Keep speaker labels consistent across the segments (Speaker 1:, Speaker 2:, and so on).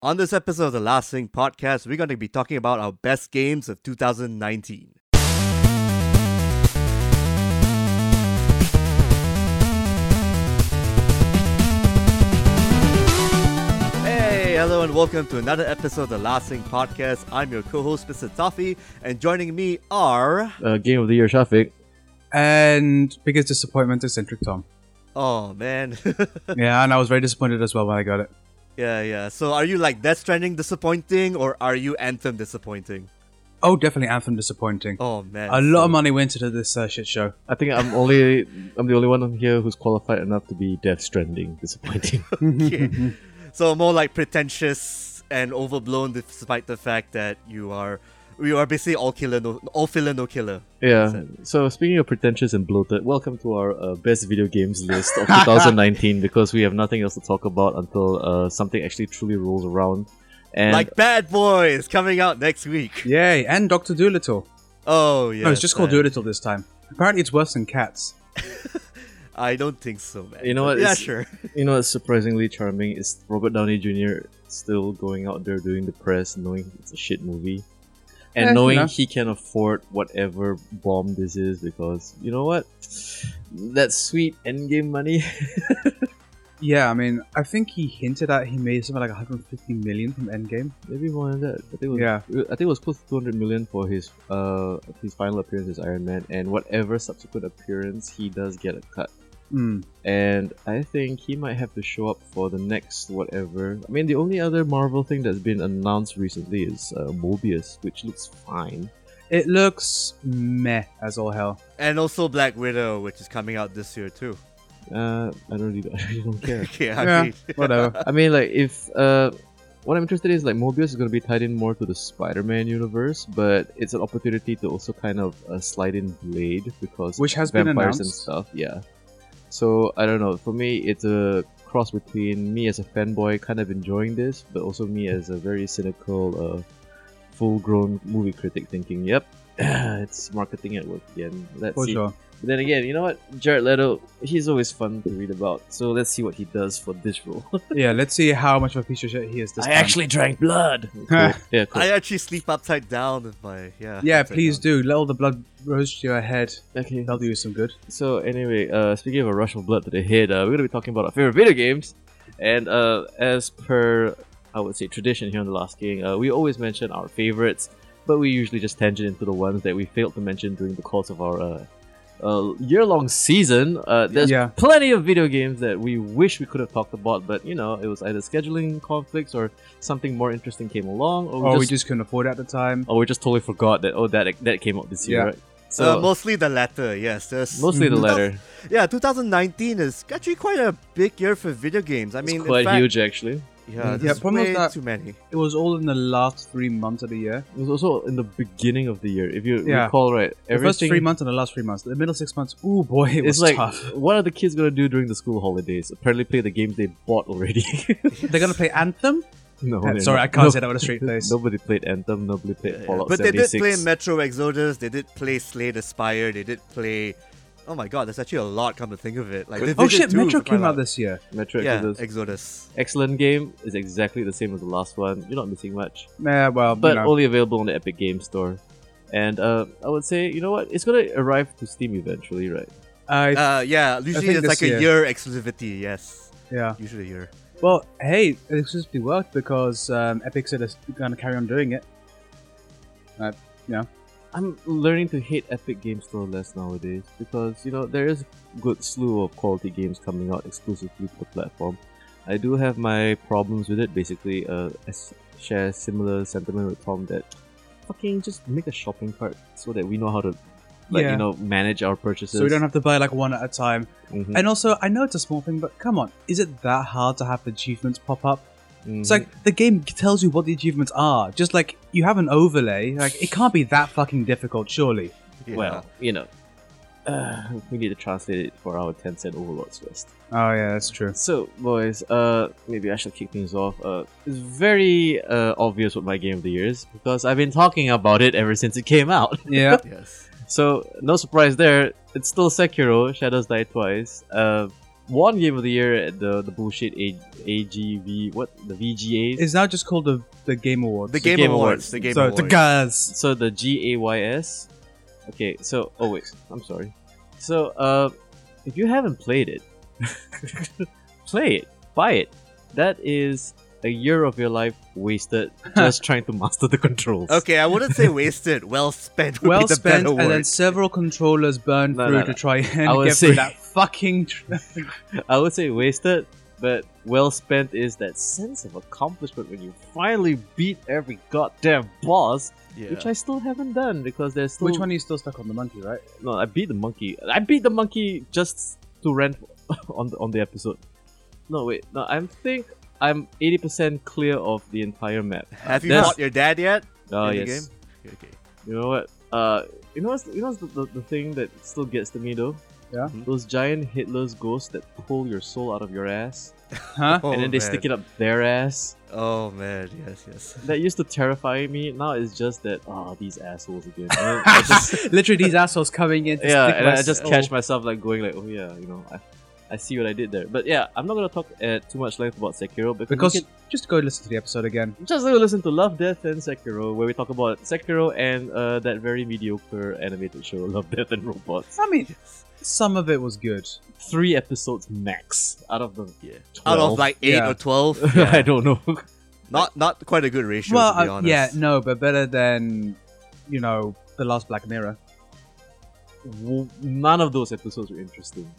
Speaker 1: On this episode of the Last Thing podcast, we're going to be talking about our best games of 2019. Hey, hello, and welcome to another episode of the Last Thing podcast. I'm your co host, Mr. Toffee, and joining me are.
Speaker 2: uh, Game of the Year Shafiq.
Speaker 3: And biggest disappointment, eccentric Tom.
Speaker 1: Oh, man.
Speaker 3: yeah, and I was very disappointed as well when I got it.
Speaker 1: yeah, yeah. So, are you like Death Stranding disappointing, or are you Anthem disappointing?
Speaker 3: Oh, definitely Anthem disappointing.
Speaker 1: Oh, man.
Speaker 3: a lot
Speaker 1: So-
Speaker 3: of money went into this uh, shit show.
Speaker 2: I think I'm only I'm the only one on here who's qualified enough to be Death Stranding. Disappointing.
Speaker 1: Okay. so more like pretentious and overblown, despite the fact that you are, you are basically all killer, no, all filler, no killer.
Speaker 2: yeah. So speaking of pretentious and bloated, welcome to our uh, best video games list of 2019 because we have nothing else to talk about until uh, something actually truly rolls around. And
Speaker 1: like Bad Boys coming out next week.
Speaker 3: Yay, and Doctor Doolittle.
Speaker 1: Oh yeah,
Speaker 3: no, it's just called Doolittle this time. Apparently, it's worse than cats.
Speaker 1: I don't think so, man.
Speaker 2: You know what,
Speaker 1: Yeah,
Speaker 2: it's-
Speaker 1: sure.
Speaker 2: you know what's surprisingly charming is Robert Downey Jr. still going out there doing the press, knowing it's a shit movie, and
Speaker 3: Eh,
Speaker 2: knowing
Speaker 3: no.
Speaker 2: he can afford whatever bomb this is because you know what, that sweet endgame money.
Speaker 3: Yeah, I mean, I think he hinted at he made something like 150 million from Endgame.
Speaker 2: Maybe more than that. I think it was,
Speaker 3: Yeah.
Speaker 2: I think it was close to 200 million for his uh his final appearance as Iron Man, and whatever subsequent appearance he does get a cut.
Speaker 3: Mm.
Speaker 2: And I think he might have to show up for the next whatever. I mean, the only other Marvel thing that's been announced recently is uh, Mobius, which looks fine.
Speaker 3: It looks meh as all hell.
Speaker 1: And also Black Widow, which is coming out this year too.
Speaker 2: Uh, I don't really, I really don't care.
Speaker 1: Okay, I
Speaker 3: Yeah.
Speaker 1: mean,
Speaker 3: Whatever.
Speaker 2: I mean, like if uh, what I'm interested in is like Mobius is gonna be tied in more to the Spider-Man universe, but it's an opportunity to also kind of uh, slide in Blade because
Speaker 3: Which has been
Speaker 2: vampires and
Speaker 3: announced.
Speaker 2: stuff. Yeah. So I don't know. For me, it's a cross between me as a fanboy, kind of enjoying this, but also me as a very cynical, uh, full-grown movie critic, thinking, "Yep, it's marketing at work again. Let's
Speaker 3: For
Speaker 2: see
Speaker 3: sure.
Speaker 2: but then again, you know what? Jared Leto, he's always fun to read about. So let's see what he does for this role.
Speaker 3: Yeah, let's see how much of a piece of shit he is this time.
Speaker 2: drank blood.
Speaker 3: Cool.
Speaker 2: Yeah, cool.
Speaker 1: I actually sleep upside down with my yeah.
Speaker 3: Yeah,
Speaker 1: upside
Speaker 3: please
Speaker 1: down.
Speaker 3: do. Let all the blood roast your head.
Speaker 2: okay.
Speaker 3: That'll do you some good.
Speaker 2: So anyway, uh, speaking of a rush of blood to the head, uh, we're gonna be talking about our favorite video games, and uh, as per I would say tradition here on the Last King, uh, we always mention our favorites, but we usually just tangent into the ones that we failed to mention during the course of our uh, uh, year-long season. Uh, there's
Speaker 3: Yeah.
Speaker 2: plenty of video games that we wish we could have talked about, but you know, it was either scheduling conflicts or something more interesting came along, or we,
Speaker 3: Or
Speaker 2: just,
Speaker 3: Oh, we just couldn't afford it at the time.
Speaker 2: or we just totally forgot that oh that that came out this year.
Speaker 3: Yeah.
Speaker 2: Right?
Speaker 1: Uh,
Speaker 2: So
Speaker 1: mostly the latter, yes. There's
Speaker 2: mostly the
Speaker 3: Mhm.
Speaker 2: latter.
Speaker 1: Yeah, 2019 is actually quite a big year for video games. I mean,
Speaker 2: it's
Speaker 1: in
Speaker 2: quite
Speaker 1: fact-
Speaker 2: huge actually.
Speaker 1: Yeah,
Speaker 3: Mm. Yeah,
Speaker 1: there's
Speaker 3: problem
Speaker 1: way
Speaker 3: with that-
Speaker 1: too many.
Speaker 2: Oh.
Speaker 3: It was all in the last three months of the year.
Speaker 2: It was also in the beginning of the year, if you
Speaker 3: Yeah.
Speaker 2: recall, right?
Speaker 3: The first
Speaker 2: Everything
Speaker 3: three months and the last three months. The middle six months, ooh boy, it
Speaker 2: it's
Speaker 3: was
Speaker 2: like,
Speaker 3: tough.
Speaker 2: what are the kids gonna do during the school holidays? Apparently, play the games they bought already.
Speaker 3: They're gonna play Anthem?
Speaker 2: no,
Speaker 3: Uh,
Speaker 2: they're
Speaker 3: Sorry,
Speaker 2: not.
Speaker 3: I can't
Speaker 2: No-
Speaker 3: say that with a straight face.
Speaker 2: Nobody played Anthem. Nobody played
Speaker 1: Yeah, yeah.
Speaker 2: Fallout
Speaker 1: But they did
Speaker 2: 76.
Speaker 1: play Metro Exodus. They did play Slay the Spire. They did play. Oh my god, there's actually a lot. Come to think of it, like
Speaker 3: Oh
Speaker 1: Division
Speaker 3: shit,
Speaker 1: 2
Speaker 3: Metro
Speaker 1: for
Speaker 3: came
Speaker 1: crying
Speaker 3: out this year.
Speaker 2: Metro
Speaker 1: Yeah,
Speaker 2: Exodus.
Speaker 1: Exodus.
Speaker 2: Excellent game is exactly the same as the last one. You're not missing much,
Speaker 3: Yeah, well,
Speaker 2: but
Speaker 3: you know.
Speaker 2: only available on the Epic Game Store. And uh, I would say, you know what? It's gonna arrive to Steam eventually, right?
Speaker 3: I,
Speaker 1: Uh, yeah, usually
Speaker 3: think
Speaker 1: it's like
Speaker 3: this
Speaker 1: a year
Speaker 3: year.
Speaker 1: exclusivity. Yes,
Speaker 3: yeah.
Speaker 1: usually a year.
Speaker 3: Well, hey, it's just be worked because um, Epic said it's gonna carry on doing it.
Speaker 2: I'm learning to hate Epic Game Store less nowadays because you know there is a good slew of quality games coming out exclusively to the platform. I do have my problems with it. Basically, uh, I s- share similar sentiment with Tom that fucking just make a shopping cart so that we know how to, like
Speaker 3: Yeah.
Speaker 2: you know, manage our purchases.
Speaker 3: So we don't have to buy like one at a time.
Speaker 2: Mhm,
Speaker 3: And also, I know it's a small thing, but come on, is it that hard to have achievements pop up? It's
Speaker 2: mhm.
Speaker 3: like the game tells you what the achievements are. Just like you have an overlay, like it can't be that fucking difficult, surely.
Speaker 1: Yeah.
Speaker 2: well, you know. Uh, we need to translate it for our 10 cent overlords first.
Speaker 3: Oh yeah, that's true.
Speaker 2: So, boys, uh, maybe I shall kick things off. Uh, it's very uh, obvious what my game of the year is because I've been talking about it ever since it came out.
Speaker 3: Yeah,
Speaker 1: yes.
Speaker 2: So, no surprise there. It's still Sekiro. Shadows Die Twice. Uh, one game of the year at the the bullshit A, AGV what the VGAs.
Speaker 3: It's now just called the, the Game Awards.
Speaker 1: The Game,
Speaker 2: Game
Speaker 1: Awards.
Speaker 2: Awards.
Speaker 1: The Game
Speaker 3: so
Speaker 1: Awards.
Speaker 3: the guys.
Speaker 2: so the G A Y S. Okay, so oh wait, I'm sorry. So uh, if you haven't played it, play it, buy it. That is a year of your life wasted just trying to master the controls.
Speaker 1: okay, I wouldn't say wasted. Well spent. Would
Speaker 3: Well
Speaker 1: be the
Speaker 3: spent,
Speaker 1: better
Speaker 3: and
Speaker 1: word.
Speaker 3: then several controllers burned
Speaker 2: No, no,
Speaker 3: through
Speaker 2: no.
Speaker 3: to try
Speaker 2: I
Speaker 3: and
Speaker 2: would
Speaker 3: get
Speaker 2: say-
Speaker 3: through that fucking. Tr-
Speaker 2: I would say wasted, but well spent is that sense of accomplishment when you finally beat every goddamn boss,
Speaker 1: yeah.
Speaker 2: which I still haven't done because there's still
Speaker 3: Which one are you still stuck on the monkey, right?
Speaker 2: No, I beat the monkey. I beat the monkey just to rant on the, on the episode. No, wait. No, I think I'm 80% clear of the entire map.
Speaker 1: Have you
Speaker 2: There's-
Speaker 1: fought your dad yet?
Speaker 2: Oh,
Speaker 1: in
Speaker 2: yes.
Speaker 1: the game? Okay.
Speaker 2: You know what? Uh, you know what's, you know what's the, the, the thing that still gets to me though?
Speaker 3: Yeah?
Speaker 1: Hmm?
Speaker 2: Those giant Hitler's ghosts that pull your soul out of your ass
Speaker 3: Huh?
Speaker 1: Oh,
Speaker 2: and then they stick it up their ass.
Speaker 1: Oh man, yes, yes.
Speaker 2: That used to terrify me. Now it's just that, oh, these assholes again. And I just,
Speaker 3: Literally, these assholes coming in. To
Speaker 2: yeah,
Speaker 3: stick
Speaker 2: and
Speaker 3: my
Speaker 2: I just
Speaker 3: soul.
Speaker 2: catch myself like going like, oh yeah, you know, I, I see what I did there. But yeah, I'm not gonna talk at too much length about Sekiro because,
Speaker 3: Oh. because
Speaker 2: you
Speaker 3: just go listen to the episode again.
Speaker 2: can just go listen to Love, Death, and Sekiro, where we talk about Sekiro and uh, that very mediocre animated show, Love, Death, and Robots.
Speaker 3: I mean, some of it was good.
Speaker 2: Three episodes max out of the
Speaker 1: Yeah. Out
Speaker 2: 12.
Speaker 1: of like eight
Speaker 3: Yeah.
Speaker 1: or twelve,
Speaker 2: I
Speaker 1: yeah.
Speaker 2: don't know.
Speaker 1: not not quite a good ratio
Speaker 3: well,
Speaker 1: to be
Speaker 3: uh,
Speaker 1: honest.
Speaker 3: yeah, no, but better than you know the last Black Mirror.
Speaker 2: W- None of those episodes were interesting.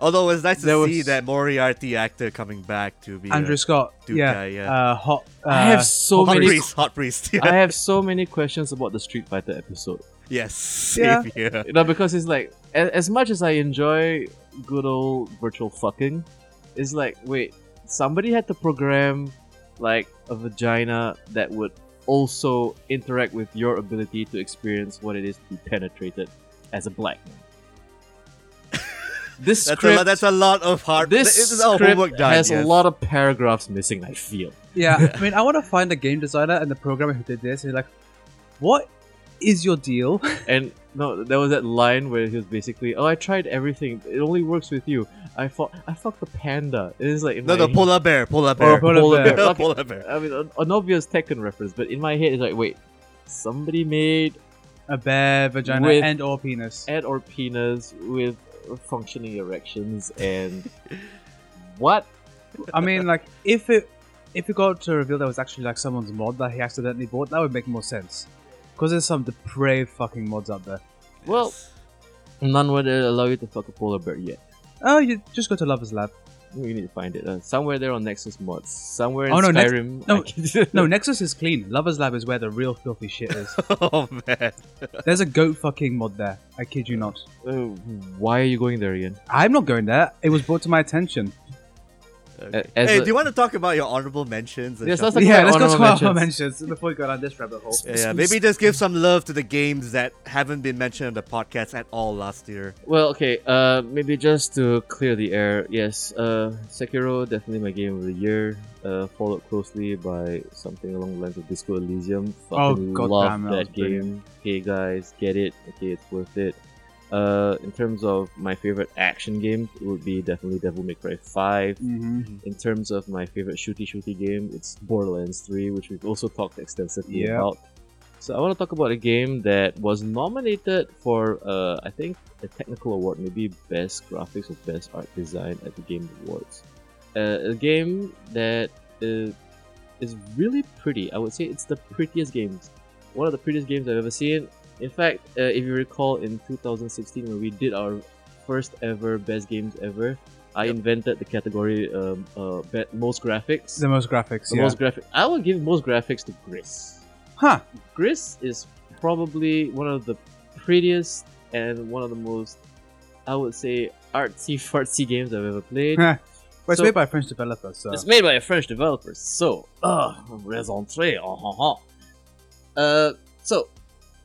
Speaker 1: Although it's nice to
Speaker 2: There
Speaker 1: see
Speaker 2: was-
Speaker 1: that Moriarty actor coming back to be
Speaker 3: Andrew Scott.
Speaker 1: a dude
Speaker 3: yeah.
Speaker 1: guy. Yeah.
Speaker 3: Uh, hot. Uh,
Speaker 2: I have so
Speaker 1: hot
Speaker 2: many.
Speaker 1: priest, hot priest. Yeah.
Speaker 2: I have so many questions about the Street Fighter episode.
Speaker 1: yes.
Speaker 3: Yeah.
Speaker 1: Same here.
Speaker 2: you know, because it's like as, as much as I enjoy good old virtual fucking, it's like wait, somebody had to program like a vagina that would also interact with your ability to experience what it is to be penetrated as a black man. This
Speaker 1: That's a,
Speaker 2: script,
Speaker 1: lo- that's a lot of hard.
Speaker 2: this
Speaker 1: this is all
Speaker 2: script
Speaker 1: homework done.
Speaker 2: has
Speaker 1: yes.
Speaker 2: a lot of paragraphs missing. I feel
Speaker 3: Yeah, I mean, I want to find the game designer and the programmer who did this. And like, what is your deal?
Speaker 2: and. No, there was that line where he was basically, "Oh, I tried everything. It only works with you. I fuck, I fucked the panda." It is like in
Speaker 1: No,
Speaker 2: my
Speaker 1: no, polar bear, polar
Speaker 2: Or
Speaker 1: bear,
Speaker 2: Oh, polar bear.
Speaker 3: Polar bear.
Speaker 2: Okay.
Speaker 1: polar bear.
Speaker 2: I mean, an, an obvious Tekken reference, but in my head, it's like, wait, somebody made
Speaker 3: A bear vagina
Speaker 2: With-
Speaker 3: and or penis.
Speaker 2: Ed or penis with functioning erections and what?
Speaker 3: I mean, like, if it if it got to reveal that was actually like someone's mod that he accidentally bought, that would make more sense. Because there's some depraved fucking mods out there.
Speaker 2: Well-
Speaker 1: Yes.
Speaker 2: None would uh, allow you to fuck a polar bear yet.
Speaker 3: Oh, you just go to Lover's Lab.
Speaker 2: We need to find it uh, somewhere there on Nexus mods, somewhere in
Speaker 3: Oh, no, Nex-
Speaker 2: Skyrim.
Speaker 3: no,
Speaker 2: I can-
Speaker 3: No, Nexus is clean. Lover's Lab is where the real filthy shit is.
Speaker 1: oh man.
Speaker 3: There's a goat fucking mod there. I kid you not.
Speaker 2: Uh, why are you going there again?
Speaker 3: I'm not going there. It was brought to my attention.
Speaker 1: Okay.
Speaker 2: as
Speaker 1: Hey,
Speaker 2: a-
Speaker 1: do you want to talk about your honorable mentions? and
Speaker 2: Yes,
Speaker 1: stuff?
Speaker 2: that's a-
Speaker 3: yeah,
Speaker 2: quite
Speaker 3: let's go to
Speaker 2: honorable
Speaker 3: our mentions before we go down this rabbit hole.
Speaker 1: yeah, yeah, maybe just give some love to the games that haven't been mentioned on the podcast at all last year.
Speaker 2: Well, okay, uh, maybe just to clear the air, yes, uh, Sekiro, definitely my game of the year, uh, followed closely by something along the lines of Disco Elysium.
Speaker 3: Oh,
Speaker 2: Fucking
Speaker 3: God
Speaker 2: love
Speaker 3: damn, that was
Speaker 2: that, game. Okay, guys, get it. Okay, it's worth it. Uh, in terms of my favorite action game, it would be definitely Devil May Cry 5.
Speaker 3: Mm-hmm.
Speaker 2: In terms of my favorite shooty shooty game, it's Borderlands 3, which we've also talked extensively
Speaker 3: Yeah.
Speaker 2: about. So I want to talk about a game that was nominated for, uh, I think, a technical award, maybe best graphics or best art design at the Game Awards. Uh, a game that is, is really pretty. I would say it's the prettiest games, one of the prettiest games I've ever seen. In fact, uh, if you recall, in 2016 when we did our first ever best games ever, I invented the category um, uh, be- most graphics.
Speaker 3: The most graphics,
Speaker 2: The
Speaker 3: yeah.
Speaker 2: most graphic. I would give most graphics to Gris.
Speaker 3: Huh.
Speaker 2: Gris is probably one of the prettiest and one of the most, I would say, artsy fartsy games I've ever played.
Speaker 3: Huh. Well, it's
Speaker 2: So-
Speaker 3: made by a French developer, so.
Speaker 2: It's made by a French developer, so uh, raison tre. Uh, huh, huh. uh, so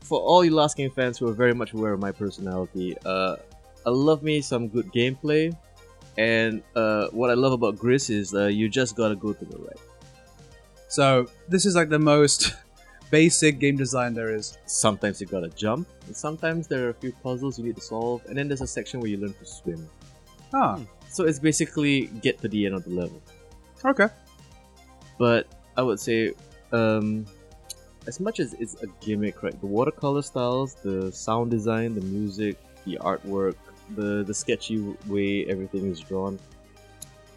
Speaker 2: for all you Last Game fans who are very much aware of my personality, uh, I love me some good gameplay, and uh, what I love about Gris is uh, you just gotta go to the right.
Speaker 3: So this is like the most basic game design there is.
Speaker 2: sometimes you gotta jump, and sometimes there are a few puzzles you need to solve, and then there's a section where you learn to swim.
Speaker 3: Ah,
Speaker 2: So it's basically get to the end of the level. Hmm.
Speaker 3: okay.
Speaker 2: But I would say, um, as much as it's a gimmick, right? The watercolor styles, the sound design, the music, the artwork, the the sketchy way everything is drawn,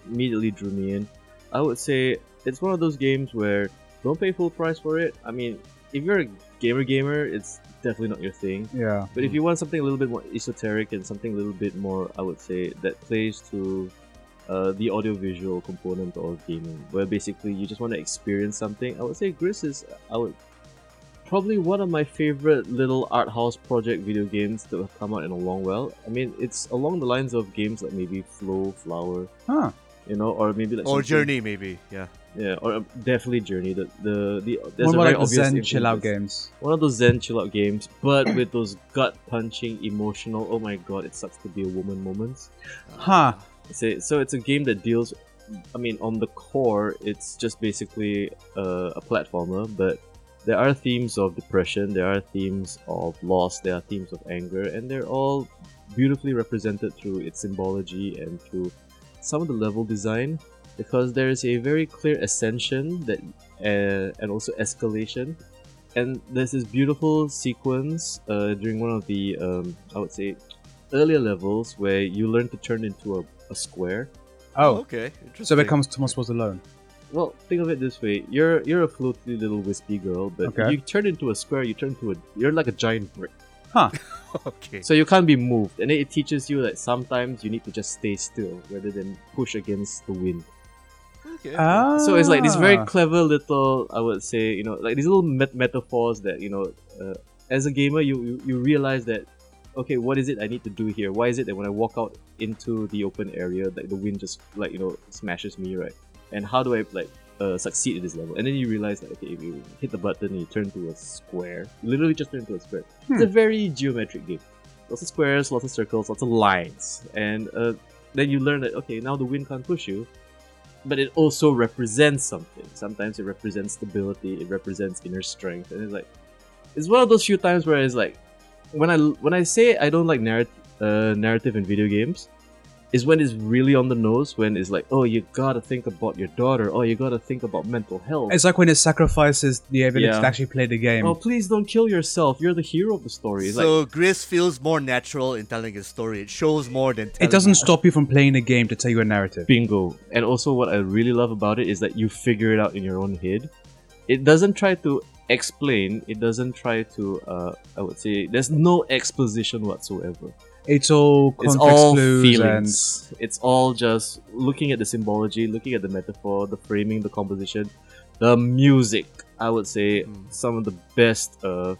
Speaker 2: immediately drew me in. I would say it's one of those games where don't pay full price for it. I mean, if you're a gamer gamer, it's definitely not your thing.
Speaker 3: Yeah.
Speaker 2: But if you want something a little bit more esoteric and something a little bit more, I would say that plays to uh, the audiovisual component of gaming, where basically you just want to experience something, I would say Gris is, I would probably one of my favorite little art house project video games that have come out in a long while. I mean, it's along the lines of games like maybe Flow, Flower,
Speaker 3: Huh.
Speaker 2: you know, or maybe like
Speaker 1: or
Speaker 2: something-
Speaker 1: Journey maybe. Yeah.
Speaker 2: yeah, or uh, definitely Journey. The the, the there's
Speaker 3: What
Speaker 2: a
Speaker 3: about
Speaker 2: very
Speaker 3: like the
Speaker 2: obvious
Speaker 3: Zen chill out
Speaker 2: influence
Speaker 3: games?
Speaker 2: one of those Zen chill out games, but with those gut punching, emotional. Oh my god, it sucks to be a woman moments.
Speaker 3: Huh. Oh,
Speaker 2: So, so it's a game that deals. I mean, on the core, it's just basically uh, a platformer, but there are themes of depression, there are themes of loss, there are themes of anger, and they're all beautifully represented through its symbology and through some of the level design because there is a very clear ascension that uh, and also escalation and there's this beautiful sequence uh, during one of the um, i would say earlier levels where you learn to turn into a, a square
Speaker 3: Oh,
Speaker 1: Okay.
Speaker 3: so
Speaker 1: interesting.
Speaker 3: it becomes Thomas was alone.
Speaker 2: well think of it this way you're you're a floaty little wispy girl but
Speaker 3: Okay.
Speaker 2: you turn into a square you turn into a you're like a giant brick
Speaker 1: okay.
Speaker 2: So you can't be moved, and then it teaches you that sometimes you need to just stay still rather than push against the wind.
Speaker 1: okay.
Speaker 3: Ah.
Speaker 2: So it's like these very clever little, I would say, you know, like these little met- metaphors that you know, uh, as a gamer, you, you you realize that, okay, what is it I need to do here? Why is it that when I walk out into the open area, like the wind just like you know smashes me, right? And how do I like uh, succeed at this level? And then you realize that okay, if you hit the button and you turn to a square, you literally just turn to a square. It's a very geometric game. Lots of squares, lots of circles, lots of lines, and uh, then you learn that okay, now the wind can't push you but it also represents something. Sometimes it represents stability, it represents inner strength, and it's like it's one of those few times where it's like when I when I say I don't like narrative uh, narrative in video games is when it's really on the nose. When it's like oh you gotta think about your daughter, oh you gotta think about mental health.
Speaker 3: It's like when it sacrifices the ability
Speaker 2: Yeah.
Speaker 3: to actually play the game.
Speaker 2: Oh please don't kill yourself. You're the hero of the story. It's like
Speaker 1: so Gris feels more natural in telling his story. It shows more than telling
Speaker 3: it doesn't stop you from playing the game to tell you a narrative.
Speaker 2: bingo. And also, what I really love about it is that you figure it out in your own head. It doesn't try to explain. It doesn't try to. Uh, I would say there's no exposition whatsoever.
Speaker 3: It's all
Speaker 2: It's
Speaker 3: context
Speaker 2: all
Speaker 3: clues
Speaker 2: feelings. It's all just looking at the symbology, looking at the metaphor, the framing, the composition, the music. I would say
Speaker 3: Mm.
Speaker 1: Hmm.
Speaker 2: some of the best uh,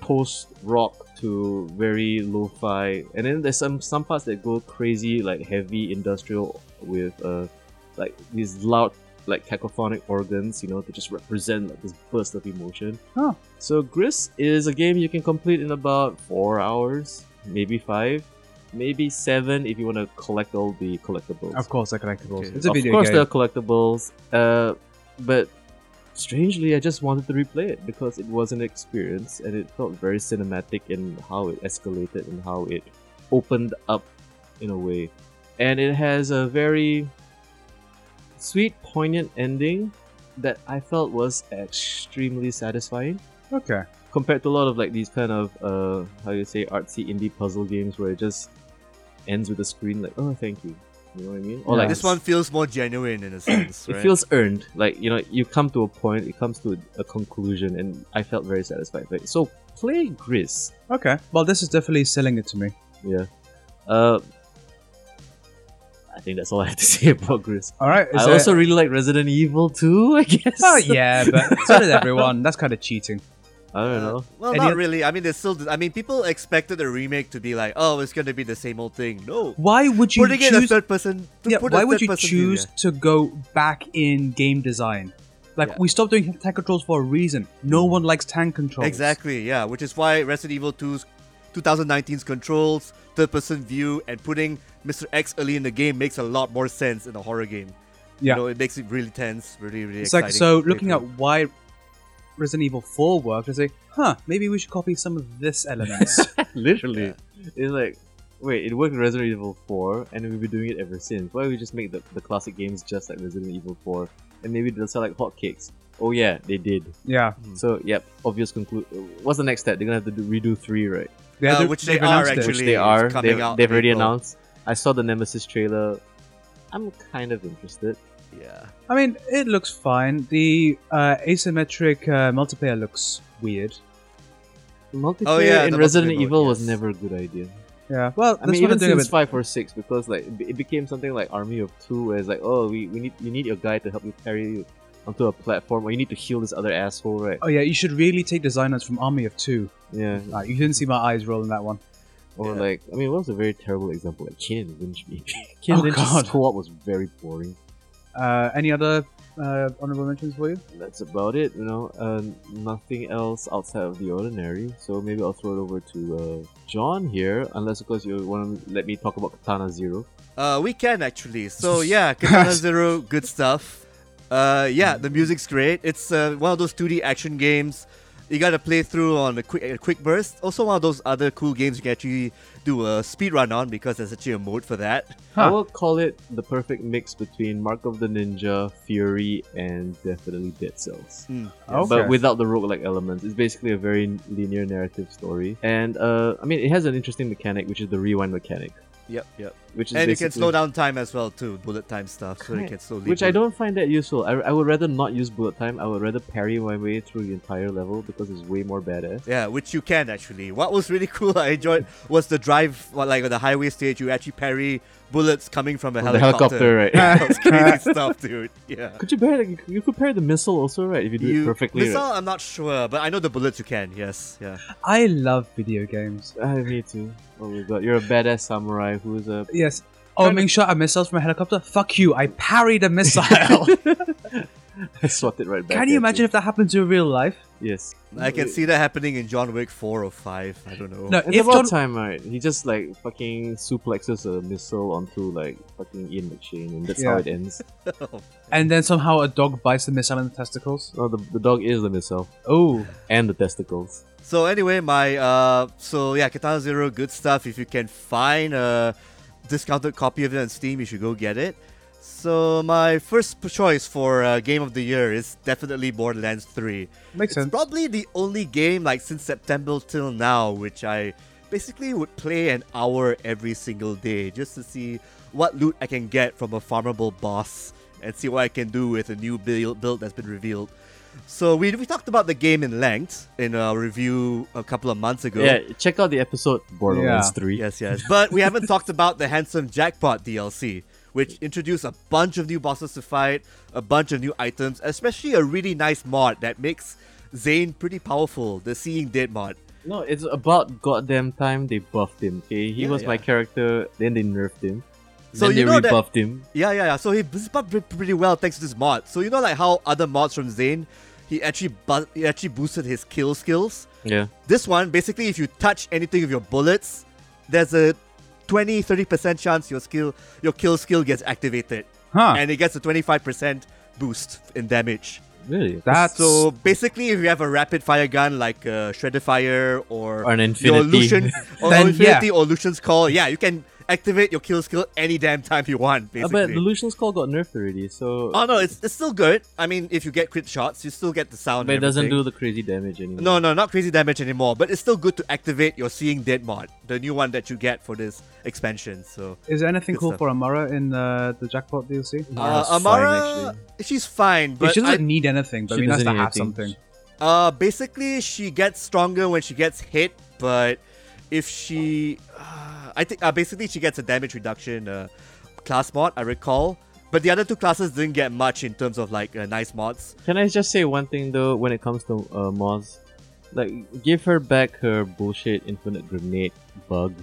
Speaker 2: post rock to very lo-fi, and then there's some some parts that go crazy, like heavy industrial with uh, like these loud, like cacophonic organs, you know, to just represent like this burst of emotion.
Speaker 3: Huh.
Speaker 2: So Gris is a game you can complete in about four hours, maybe five, maybe seven if you want to collect all the collectibles.
Speaker 3: and of course they're collectibles.
Speaker 1: Okay.
Speaker 3: It's a video
Speaker 2: Of course,
Speaker 3: game.
Speaker 2: there are collectibles. Uh, but strangely, I just wanted to replay it because it was an experience, and it felt very cinematic in how it escalated and how it opened up, in a way. And it has a very sweet, poignant ending that I felt was extremely satisfying
Speaker 3: Okay.
Speaker 2: compared to a lot of like these kind of uh how you say artsy indie puzzle games where it just ends with a screen like oh thank you you know what I mean or
Speaker 3: Yeah.
Speaker 2: like
Speaker 1: This one feels more genuine in a sense, right?
Speaker 2: it feels earned. Like you know, you come to a point, it comes to a conclusion, and I felt very satisfied. Like, so play Gris.
Speaker 3: Okay. Well, this is definitely selling it to me.
Speaker 2: Yeah. Uh, I think that's all I have to say about Gris.
Speaker 3: All right. is
Speaker 2: I
Speaker 3: there-
Speaker 2: also really like Resident Evil too. I guess.
Speaker 3: Oh yeah, but so did everyone. That's kind of cheating.
Speaker 2: I don't know.
Speaker 1: well,
Speaker 3: Any
Speaker 1: not
Speaker 3: oth-
Speaker 1: really. I mean, there's still. I mean, people expected the remake to be like, oh, it's gonna be the same old thing. No,
Speaker 3: Why would you
Speaker 1: putting it in a
Speaker 3: choose?
Speaker 1: third person. To
Speaker 3: yeah,
Speaker 1: put
Speaker 3: why
Speaker 1: a
Speaker 3: would
Speaker 1: third
Speaker 3: you
Speaker 1: person
Speaker 3: choose to go back in game design? Like
Speaker 1: Yeah.
Speaker 3: we stopped doing tank controls for a reason. No one likes tank controls.
Speaker 1: Exactly, yeah. Which is why Resident Evil 2's 2019's controls, third person view, and putting Mr. X early in the game makes a lot more sense in a horror game.
Speaker 3: Yeah.
Speaker 1: You know, it makes it really tense, really, really
Speaker 3: It's
Speaker 1: exciting.
Speaker 3: like so.
Speaker 1: to play
Speaker 3: Looking at
Speaker 1: through.
Speaker 3: why Resident Evil Four worked, I say, huh? Maybe we should copy some of this elements.
Speaker 2: Literally, it's like Wait, it worked in Resident Evil 4, and we've been doing it ever since. Why don't we just make the, the classic games just like Resident Evil 4, and maybe they'll sell like hotcakes? Oh yeah, they did.
Speaker 3: Yeah,
Speaker 1: Hmm.
Speaker 2: So yep, obvious conclude. What's the next step? They're gonna have to do, redo three, right?
Speaker 3: they had
Speaker 1: Uh,
Speaker 3: to-
Speaker 1: which they
Speaker 3: they've
Speaker 1: are
Speaker 3: announced it.
Speaker 1: actually.
Speaker 2: Which they are.
Speaker 1: coming
Speaker 2: They've,
Speaker 1: out
Speaker 2: they've
Speaker 1: in
Speaker 2: already
Speaker 1: April.
Speaker 2: announced. I saw the Nemesis trailer. I'm kind of interested.
Speaker 1: Yeah.
Speaker 3: I mean, it looks fine. The uh, asymmetric uh, multiplayer looks weird.
Speaker 2: The multiplayer
Speaker 1: Oh, yeah,
Speaker 2: in
Speaker 1: the
Speaker 2: Resident
Speaker 1: multiplayer mode,
Speaker 2: Evil was
Speaker 1: yes.
Speaker 2: never a good idea.
Speaker 3: Yeah, well,
Speaker 2: I
Speaker 3: that's
Speaker 2: mean,
Speaker 3: what
Speaker 2: even
Speaker 3: they're doing.
Speaker 2: since
Speaker 3: with-
Speaker 2: five or six, because like it be- it became something like Army of Two, where it's like, oh, we, we need you need your guy to help you carry you onto a platform, or you need to heal this other asshole, right?
Speaker 3: Oh yeah, you should really take designers from Army of Two.
Speaker 2: Yeah.
Speaker 3: Uh, you didn't see my eyes roll in that one.
Speaker 2: Or
Speaker 1: Yeah.
Speaker 2: like, I mean, what was a very terrible example? Like Kane and Lynch, maybe. Kane
Speaker 3: Oh,
Speaker 2: and Lynch's
Speaker 3: God.
Speaker 2: co-op was very boring.
Speaker 3: Uh, any other uh, honorable mentions for you?
Speaker 2: That's about it, you know. Uh, nothing else outside of the ordinary. So maybe I'll throw it over to uh, John here, unless of course you want to let me talk about Katana Zero.
Speaker 1: Uh, we can actually. So yeah, Katana Zero, good stuff. Uh, yeah, the music's great. It's uh, one of those 2D action games. You gotta play through on a quick, a quick burst. Also, one of those other cool games you can actually do a speed run on because there's actually a mode for that.
Speaker 3: Huh.
Speaker 2: I will call it the perfect mix between Mark of the Ninja, Fury, and definitely Dead Cells.
Speaker 1: Mm.
Speaker 3: Okay.
Speaker 2: But without the roguelike elements. It's basically a very linear narrative story. And uh, I mean, it has an interesting mechanic, which is the rewind mechanic.
Speaker 1: Yep, yep.
Speaker 2: Which is
Speaker 1: And you can
Speaker 2: basically-
Speaker 1: slow down time as well too, bullet time stuff, so you
Speaker 2: Correct.
Speaker 1: can slowly.
Speaker 2: Which I
Speaker 1: bullet-
Speaker 2: don't find that useful. I, I would rather not use bullet time. I would rather parry my way through the entire level because it's way more badass.
Speaker 1: Yeah, which you can actually. What was really cool I enjoyed was the drive, well, like on the highway stage, you actually parry bullets coming from a
Speaker 2: From the
Speaker 1: helicopter.
Speaker 2: helicopter, right?
Speaker 1: That was crazy stuff, dude. Yeah.
Speaker 2: Could you parry? Like, you could parry the missile also, right? If you do it perfectly.
Speaker 1: Missile,
Speaker 2: right?
Speaker 1: I'm not sure, but I know the bullets you can. Yes, yeah.
Speaker 3: I love video games.
Speaker 2: Ah, me too. Oh my god, you're a badass samurai who's a
Speaker 3: Yes. Oh,
Speaker 2: Kinda-
Speaker 3: making shot at missiles from a helicopter? Fuck you, I parried a missile.
Speaker 2: I swapped it right back.
Speaker 3: Can you
Speaker 2: at
Speaker 3: imagine if that happened to real life?
Speaker 2: Yes.
Speaker 1: I can see that happening in John Wick four or five. I don't know.
Speaker 3: No,
Speaker 2: And
Speaker 3: if
Speaker 2: about
Speaker 3: John,
Speaker 2: time, right? He just like fucking suplexes a missile onto like fucking Ian McShane, and that's how
Speaker 3: Yeah.
Speaker 2: it ends.
Speaker 3: and then somehow a dog bites the missile in the testicles.
Speaker 2: No, Oh, the, the dog is the missile
Speaker 3: Oh,
Speaker 2: and the testicles.
Speaker 1: So anyway, my uh, so yeah, Katana Zero, good stuff. If you can find a discounted copy of it on Steam, you should go get it. So my first p- choice for uh, game of the year is definitely Borderlands Three.
Speaker 3: makes
Speaker 1: It's
Speaker 3: sense.
Speaker 1: probably the only game like since September till now which I basically would play an hour every single day just to see what loot I can get from a farmable boss and see what I can do with a new build, build that's been revealed. So we, we talked about the game in length in our review a couple of months ago.
Speaker 2: Yeah, check out the episode Borderlands
Speaker 3: Yeah.
Speaker 2: 3.
Speaker 1: Yes, yes. But we haven't talked about the Handsome Jackpot DLC, which introduced a bunch of new bosses to fight, a bunch of new items, especially a really nice mod that makes Zane pretty powerful, the Seeing Dead mod.
Speaker 2: No, it's about goddamn time they buffed him. Okay, he
Speaker 1: Yeah,
Speaker 2: was my
Speaker 1: yeah.
Speaker 2: character. Then they nerfed him.
Speaker 1: So
Speaker 2: then
Speaker 1: you
Speaker 2: they
Speaker 1: know that-
Speaker 2: rebuffed him.
Speaker 1: Yeah, yeah, yeah. So he he's buffed pre- pretty well thanks to this mod. So you know like how other mods from Zane, he actually bu- he actually boosted his kill skills.
Speaker 2: Yeah.
Speaker 1: This one, basically, if you touch anything with your bullets, there's a 20 30% chance your skill your kill skill gets activated
Speaker 3: Huh.
Speaker 1: and it gets a 25% boost in damage.
Speaker 2: Really?
Speaker 3: That's
Speaker 1: So basically, if you have a rapid fire gun like a Shredder Fire or,
Speaker 2: Or an
Speaker 1: your
Speaker 2: infinity.
Speaker 1: Lucian or,
Speaker 3: Then,
Speaker 1: or Infinity
Speaker 3: yeah.
Speaker 1: or Lucian's Call, yeah, you can activate your kill skill any damn time you want,
Speaker 2: Ah, but
Speaker 1: basically.
Speaker 2: the Lucian's call got nerfed already, so
Speaker 1: oh no, it's, it's still good. I mean, if you get crit shots, you still get the sound.
Speaker 2: but it
Speaker 1: and
Speaker 2: doesn't
Speaker 1: everything.
Speaker 2: do the crazy damage anymore.
Speaker 1: No, no, not crazy damage anymore. But it's still good to activate your Seeing Dead mod, the new one that you get for this expansion. So
Speaker 3: Is there anything
Speaker 1: Good
Speaker 3: cool
Speaker 1: stuff.
Speaker 3: for Amara in uh, the Jackpot DLC?
Speaker 1: uh,
Speaker 2: Amara's fine,
Speaker 1: Amara,
Speaker 2: actually.
Speaker 1: she's fine, but
Speaker 3: she
Speaker 1: I-
Speaker 3: doesn't need anything, but
Speaker 2: She
Speaker 3: it'd be nice to
Speaker 2: doesn't need
Speaker 3: have
Speaker 2: anything.
Speaker 3: something.
Speaker 1: Uh, basically, she gets stronger when she gets hit, but if she, uh, I think, uh, basically she gets a damage reduction uh, class mod. I recall, but the other two classes didn't get much in terms of like uh, nice mods.
Speaker 2: Can I just say one thing though? When it comes to uh, Moz, like give her back her bullshit infinite grenade bug.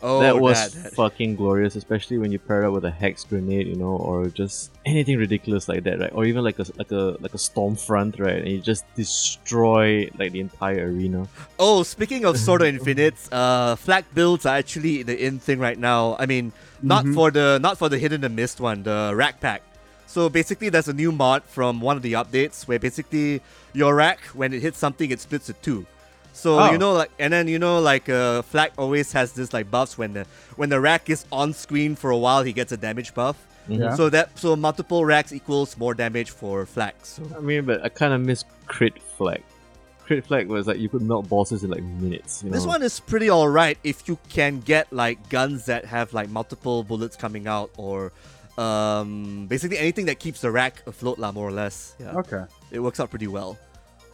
Speaker 1: Oh,
Speaker 2: that was
Speaker 1: that-
Speaker 2: fucking glorious, especially when you pair it up with a hex grenade, you know, or just anything ridiculous like that, right? Or even like a like a like a storm front, right? And you just destroy like the entire arena.
Speaker 1: Oh, speaking of Sword of Infinites, uh, flag builds are actually the in thing right now. I mean, not
Speaker 3: Mhm.
Speaker 1: for the not for the Hidden and Mist one, the rack pack. So basically, there's a new mod from one of the updates where basically your rack, when it hits something, it splits to two. So
Speaker 3: Oh.
Speaker 1: you know, like, and then you know, like, uh, Flack always has this like buffs when the when the rack is on screen for a while, he gets a damage buff.
Speaker 3: Yeah.
Speaker 1: So that so multiple racks equals more damage for Flack. So
Speaker 2: I mean, but I kind of miss crit flag. Crit flag was like you could melt bosses in like minutes. You
Speaker 1: this
Speaker 2: know?
Speaker 1: one is pretty alright if you can get like guns that have like multiple bullets coming out or. Um, basically anything that keeps the rack afloat, lah, more or less. Yeah.
Speaker 3: Okay.
Speaker 1: it works out pretty well.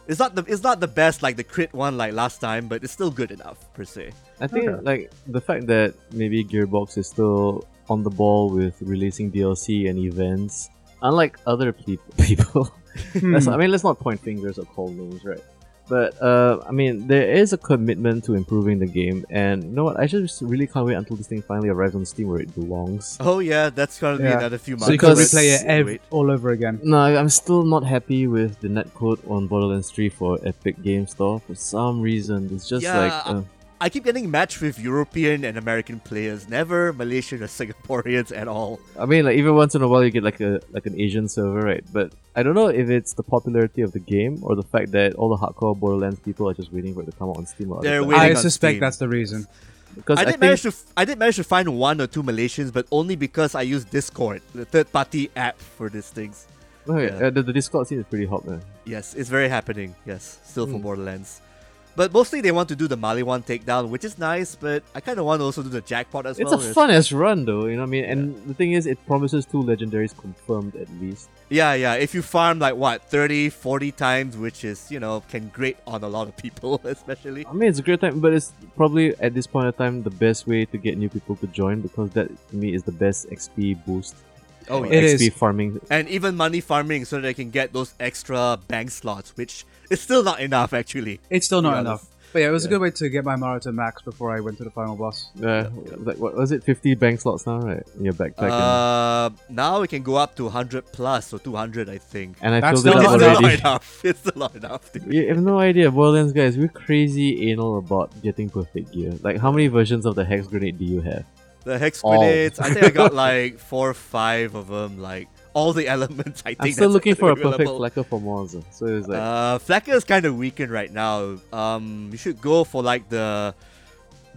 Speaker 1: It's not the it's not the best like the crit one like last time, but it's still good enough per se.
Speaker 2: I think
Speaker 1: uh,
Speaker 3: Okay.
Speaker 2: like the fact that maybe Gearbox is still on the ball with releasing DLC and events, unlike other peop people.
Speaker 3: Hmm.
Speaker 1: Hmm.
Speaker 2: That's- I mean, let's not point fingers or call names, right? But uh, I mean, there is a commitment to improving the game, and you know what? I just really can't wait until this thing finally arrives on Steam where it belongs.
Speaker 1: Oh yeah, that's gonna be
Speaker 3: Yeah.
Speaker 1: another few months.
Speaker 3: so you can
Speaker 2: Because-
Speaker 3: replay it ev-
Speaker 1: Wait.
Speaker 3: all over again.
Speaker 2: No, I- I'm still not happy with the netcode on Borderlands 3 for Epic Game Store. For some reason, it's just
Speaker 1: Yeah,
Speaker 2: like
Speaker 1: I-
Speaker 2: uh,
Speaker 1: I keep getting matched with European and American players, never Malaysian or Singaporeans at all.
Speaker 2: I mean, like even once in a while you get like a like an Asian server, right? But I don't know if it's the popularity of the game or the fact that all the hardcore Borderlands people are just waiting for it to come out on Steam. or other
Speaker 1: They're
Speaker 2: things.
Speaker 1: waiting
Speaker 3: I
Speaker 1: on
Speaker 3: suspect
Speaker 1: Steam.
Speaker 3: that's the reason.
Speaker 2: because
Speaker 1: I
Speaker 2: I,
Speaker 1: did
Speaker 2: think
Speaker 1: manage to f- I did manage to find one or two Malaysians, but only because I use Discord, the third party app for these things.
Speaker 2: oh, yeah,
Speaker 1: yeah.
Speaker 2: uh, the, the Discord scene is pretty hot, man.
Speaker 1: Yes, it's very happening. Yes, still for
Speaker 2: Hmm.
Speaker 1: Borderlands. But mostly they want to do the Mali one takedown, which is nice, but I kind of want to also do the jackpot as
Speaker 2: It's
Speaker 1: well.
Speaker 2: a
Speaker 1: There's-
Speaker 2: fun ass run though, you know what I mean? And the thing is, it promises two legendaries confirmed at least.
Speaker 1: Yeah, yeah. If you farm like what 30, 40 times, which is, you know, can grate on a lot of people, especially.
Speaker 2: I mean, it's a great time, but it's probably at this point of time the best way to get new people to join because that to me is the best XP boost.
Speaker 1: Oh,
Speaker 2: or
Speaker 1: yeah.
Speaker 3: It is.
Speaker 2: XP farming.
Speaker 1: And even money farming so that I can get those extra bank slots, which is still not enough, actually.
Speaker 3: It's still
Speaker 1: Yeah,
Speaker 3: not
Speaker 1: that's-
Speaker 3: enough. But yeah, it was
Speaker 1: yeah.
Speaker 3: a good way to get my Maruto max before I went to the final boss.
Speaker 2: Uh, like what was it? Fifty bank slots now, right? In your backpack. and-
Speaker 1: Uh, now it can go up to 100 plus, so 200, I think.
Speaker 2: and I
Speaker 3: That's
Speaker 2: filled it up
Speaker 3: not
Speaker 1: it's still not
Speaker 2: already.
Speaker 1: enough. It's still not enough, dude.
Speaker 2: You have no idea, Borderlands guys. We're crazy anal about getting perfect gear. Like, how many versions of the hex grenade do you have?
Speaker 1: The hex
Speaker 2: All.
Speaker 1: grenades, I think I got like four or five of them, like all the elements, I think.
Speaker 2: I'm still
Speaker 1: that's
Speaker 2: looking for a perfect
Speaker 1: available.
Speaker 2: flacker for Monza. So it was like,
Speaker 1: Uh, Flacker is kind of weakened right now. Um, you should go for like the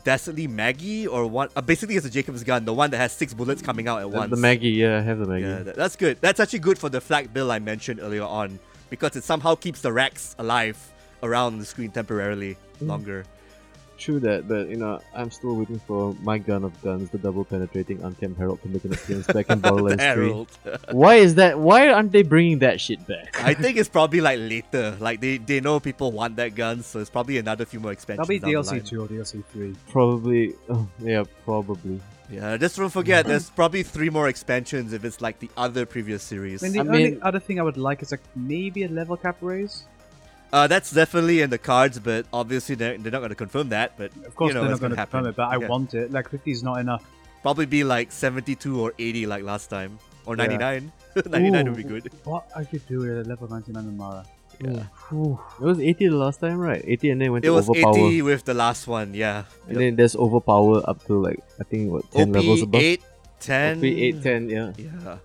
Speaker 1: Dastardly Maggie or one. Uh, basically, it's a Jacob's gun, the one that has six bullets coming out at
Speaker 2: the,
Speaker 1: once.
Speaker 2: the Maggie. Yeah, I have the Maggie.
Speaker 1: Yeah, that, that's good. That's actually good for the flak bill I mentioned earlier on because it somehow keeps the racks alive around the screen temporarily longer.
Speaker 2: True that, but you know, I'm still waiting for my gun of guns, the double penetrating uncapped herald to make an appearance back in Borderlands 3.
Speaker 1: Harold.
Speaker 2: Why is that? Why aren't they bringing that shit back?
Speaker 1: I think it's probably like later. Like they, they know people want that gun, so it's probably another few more expansions.
Speaker 3: That'll be
Speaker 1: down the line.
Speaker 3: DLC two or DLC three.
Speaker 2: Probably. Oh, yeah, probably.
Speaker 1: Yeah, just don't forget, there's probably three more expansions if it's like the other previous series.
Speaker 3: I mean, the
Speaker 2: I
Speaker 3: only
Speaker 2: mean-
Speaker 3: other thing I would like is like maybe a level cap raise.
Speaker 1: Uh, that's definitely in the cards, but obviously they're, they're not going to confirm that. But
Speaker 3: Of course,
Speaker 1: you know,
Speaker 3: they're
Speaker 1: it's
Speaker 3: not going
Speaker 1: gonna
Speaker 3: to
Speaker 1: happen.
Speaker 3: confirm it, but I
Speaker 1: Yeah.
Speaker 3: want it. Like fifty is not enough.
Speaker 1: probably be like 72 or 80 like last time, or
Speaker 3: Yeah.
Speaker 1: 99. 99 would be
Speaker 3: Ooh.
Speaker 1: good.
Speaker 3: What I could do with a level ninety nine Mara?
Speaker 2: Yeah. It was 80 the last time, right? 80 and then went
Speaker 1: It
Speaker 2: to
Speaker 1: was
Speaker 2: overpower.
Speaker 1: 80 with the last one, yeah.
Speaker 2: And then there's overpower up to like I think what ten
Speaker 1: OP
Speaker 2: levels above.
Speaker 1: 8, 10.
Speaker 2: OP eight ten, yeah.
Speaker 1: Yeah,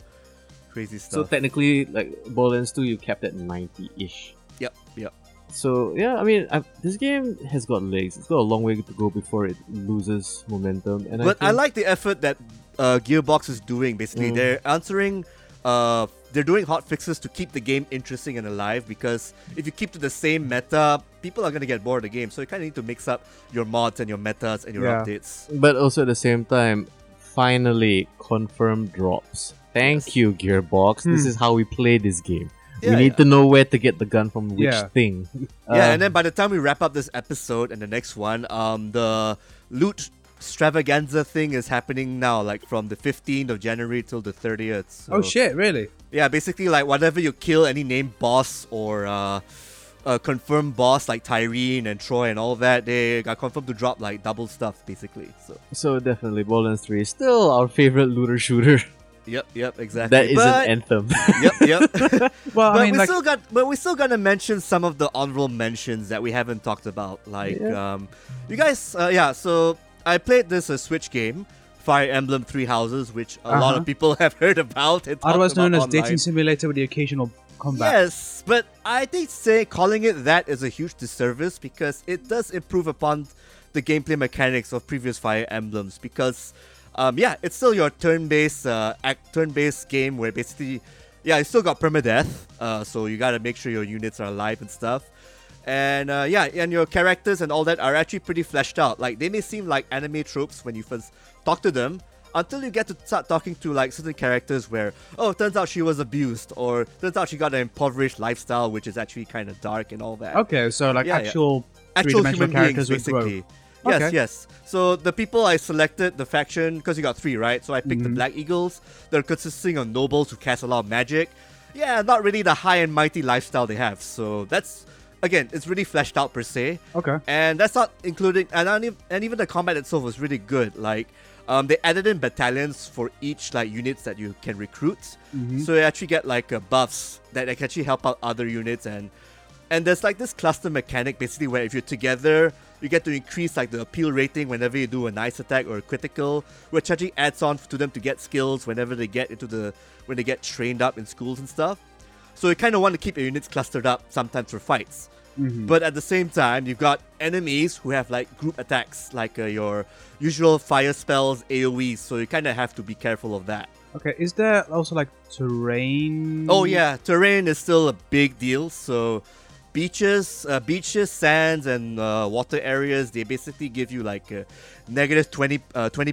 Speaker 1: crazy
Speaker 2: So
Speaker 1: stuff.
Speaker 2: technically, like Borderlands two, you capped at ninety ish.
Speaker 1: yep, yep.
Speaker 2: So yeah, I mean, I, this game has got legs. It's got a long way to go before it loses momentum. And
Speaker 1: But
Speaker 2: I,
Speaker 1: I
Speaker 2: think-
Speaker 1: like the effort that uh, Gearbox is doing. Basically,
Speaker 2: Mm.
Speaker 1: they're answering. Uh, they're doing hot fixes to keep the game interesting and alive because if you keep to the same meta, people are gonna get bored of the game. So you kind of need to mix up your mods and your metas and your
Speaker 3: Yeah.
Speaker 1: updates.
Speaker 2: but also at the same time, finally confirmed drops. Thank you, Gearbox. This
Speaker 3: Hmm.
Speaker 2: is how we play this game. we
Speaker 1: Yeah,
Speaker 2: need
Speaker 1: yeah.
Speaker 2: to know where to get the gun from which
Speaker 3: Yeah.
Speaker 2: thing.
Speaker 1: yeah,
Speaker 2: Uh,
Speaker 1: and then by the time we wrap up this episode and the next one, um, the loot extravaganza thing is happening now, like from the 15th of January till the 30th. So.
Speaker 3: Oh shit! Really?
Speaker 1: Yeah, basically like whatever you kill, any named boss or uh, uh, confirmed boss like Tyrene and Troy and all that, they are confirmed to drop like double stuff basically. So
Speaker 2: so definitely, Borderlands three is still our favorite looter shooter.
Speaker 1: yep, yep, exactly.
Speaker 2: That is
Speaker 1: but,
Speaker 2: an anthem.
Speaker 1: yep, yep. but
Speaker 3: Well, I mean,
Speaker 1: we
Speaker 3: like
Speaker 1: still got, but we still gonna mention some of the honorable mentions that we haven't talked about. Like, um, you guys, uh, yeah. So I played this uh, Switch game. Fire Emblem Three Houses, which a lot of
Speaker 3: Uh-huh.
Speaker 1: people have heard about. and talked
Speaker 3: otherwise known as
Speaker 1: about online.
Speaker 3: dating simulator with the occasional combat.
Speaker 1: Yes, but I think say calling it that is a huge disservice because it does improve upon the gameplay mechanics of previous Fire Emblems. Because, um, yeah, it's still your turn-based uh, act, turn-based game where basically, yeah, you still got permadeath, uh, so you gotta make sure your units are alive and stuff. And uh, yeah, and your characters and all that are actually pretty fleshed out. Like they may seem like anime tropes when you first talk to them, until you get to start talking to like certain characters where oh turns out she was abused or turns out she got an impoverished lifestyle which is actually kind of dark and all that
Speaker 3: Okay, so like
Speaker 1: Yeah, yeah.
Speaker 3: actual
Speaker 1: actual
Speaker 3: three-dimensional
Speaker 1: human
Speaker 3: characters
Speaker 1: beings
Speaker 3: with growth.
Speaker 1: basically yes
Speaker 3: Okay.
Speaker 1: yes so the people i selected the faction because you got three right so i picked
Speaker 3: Mm-hmm.
Speaker 1: the black eagles they're consisting of nobles who cast a lot of magic yeah not really the high and mighty lifestyle they have so that's again it's really fleshed out per se
Speaker 3: Okay.
Speaker 1: and that's not including and, not even, and even the combat itself was really good like um, they added in battalions for each like units that you can recruit so you actually get like uh, buffs that can actually help out other units and and there's like this cluster mechanic basically where if you're together you get to increase like the appeal rating whenever you do a nice attack or a critical which actually adds on to them to get skills whenever they get into the when they get trained up in schools and stuff so you kind of want to keep your units clustered up sometimes for fights but at the same time, you've got enemies who have like group attacks, like uh, your usual fire spells, AoEs. So you kind of have to be careful of that.
Speaker 3: Okay, is there also like terrain?
Speaker 1: Oh yeah, terrain is still a big deal. So beaches, uh, beaches, sands, and uh, water areas they basically give you like a negative 20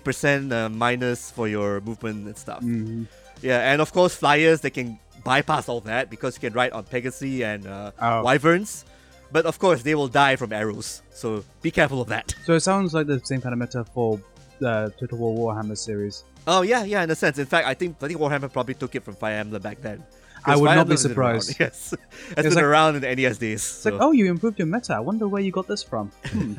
Speaker 1: percent uh, minus for your movement and stuff.
Speaker 3: Mm-hmm.
Speaker 1: Yeah, and of course flyers they can bypass all that because you can ride on Pegasi and uh,
Speaker 3: Oh.
Speaker 1: wyverns. But of course, they will die from arrows, so be careful of that.
Speaker 3: So it sounds like the same kind of meta for the Total War Warhammer series.
Speaker 1: Oh yeah, yeah, in a sense. In fact, I think I think Warhammer probably took it from Fire Emblem back then. 'Cause
Speaker 3: I would
Speaker 1: Fire
Speaker 3: not be
Speaker 1: Emblem's been around,
Speaker 3: surprised.
Speaker 1: Yes, it's been
Speaker 3: like-
Speaker 1: around in the NES days.
Speaker 3: It's like,
Speaker 1: so-
Speaker 3: oh, you improved your meta. I wonder where you got this from. Hmm.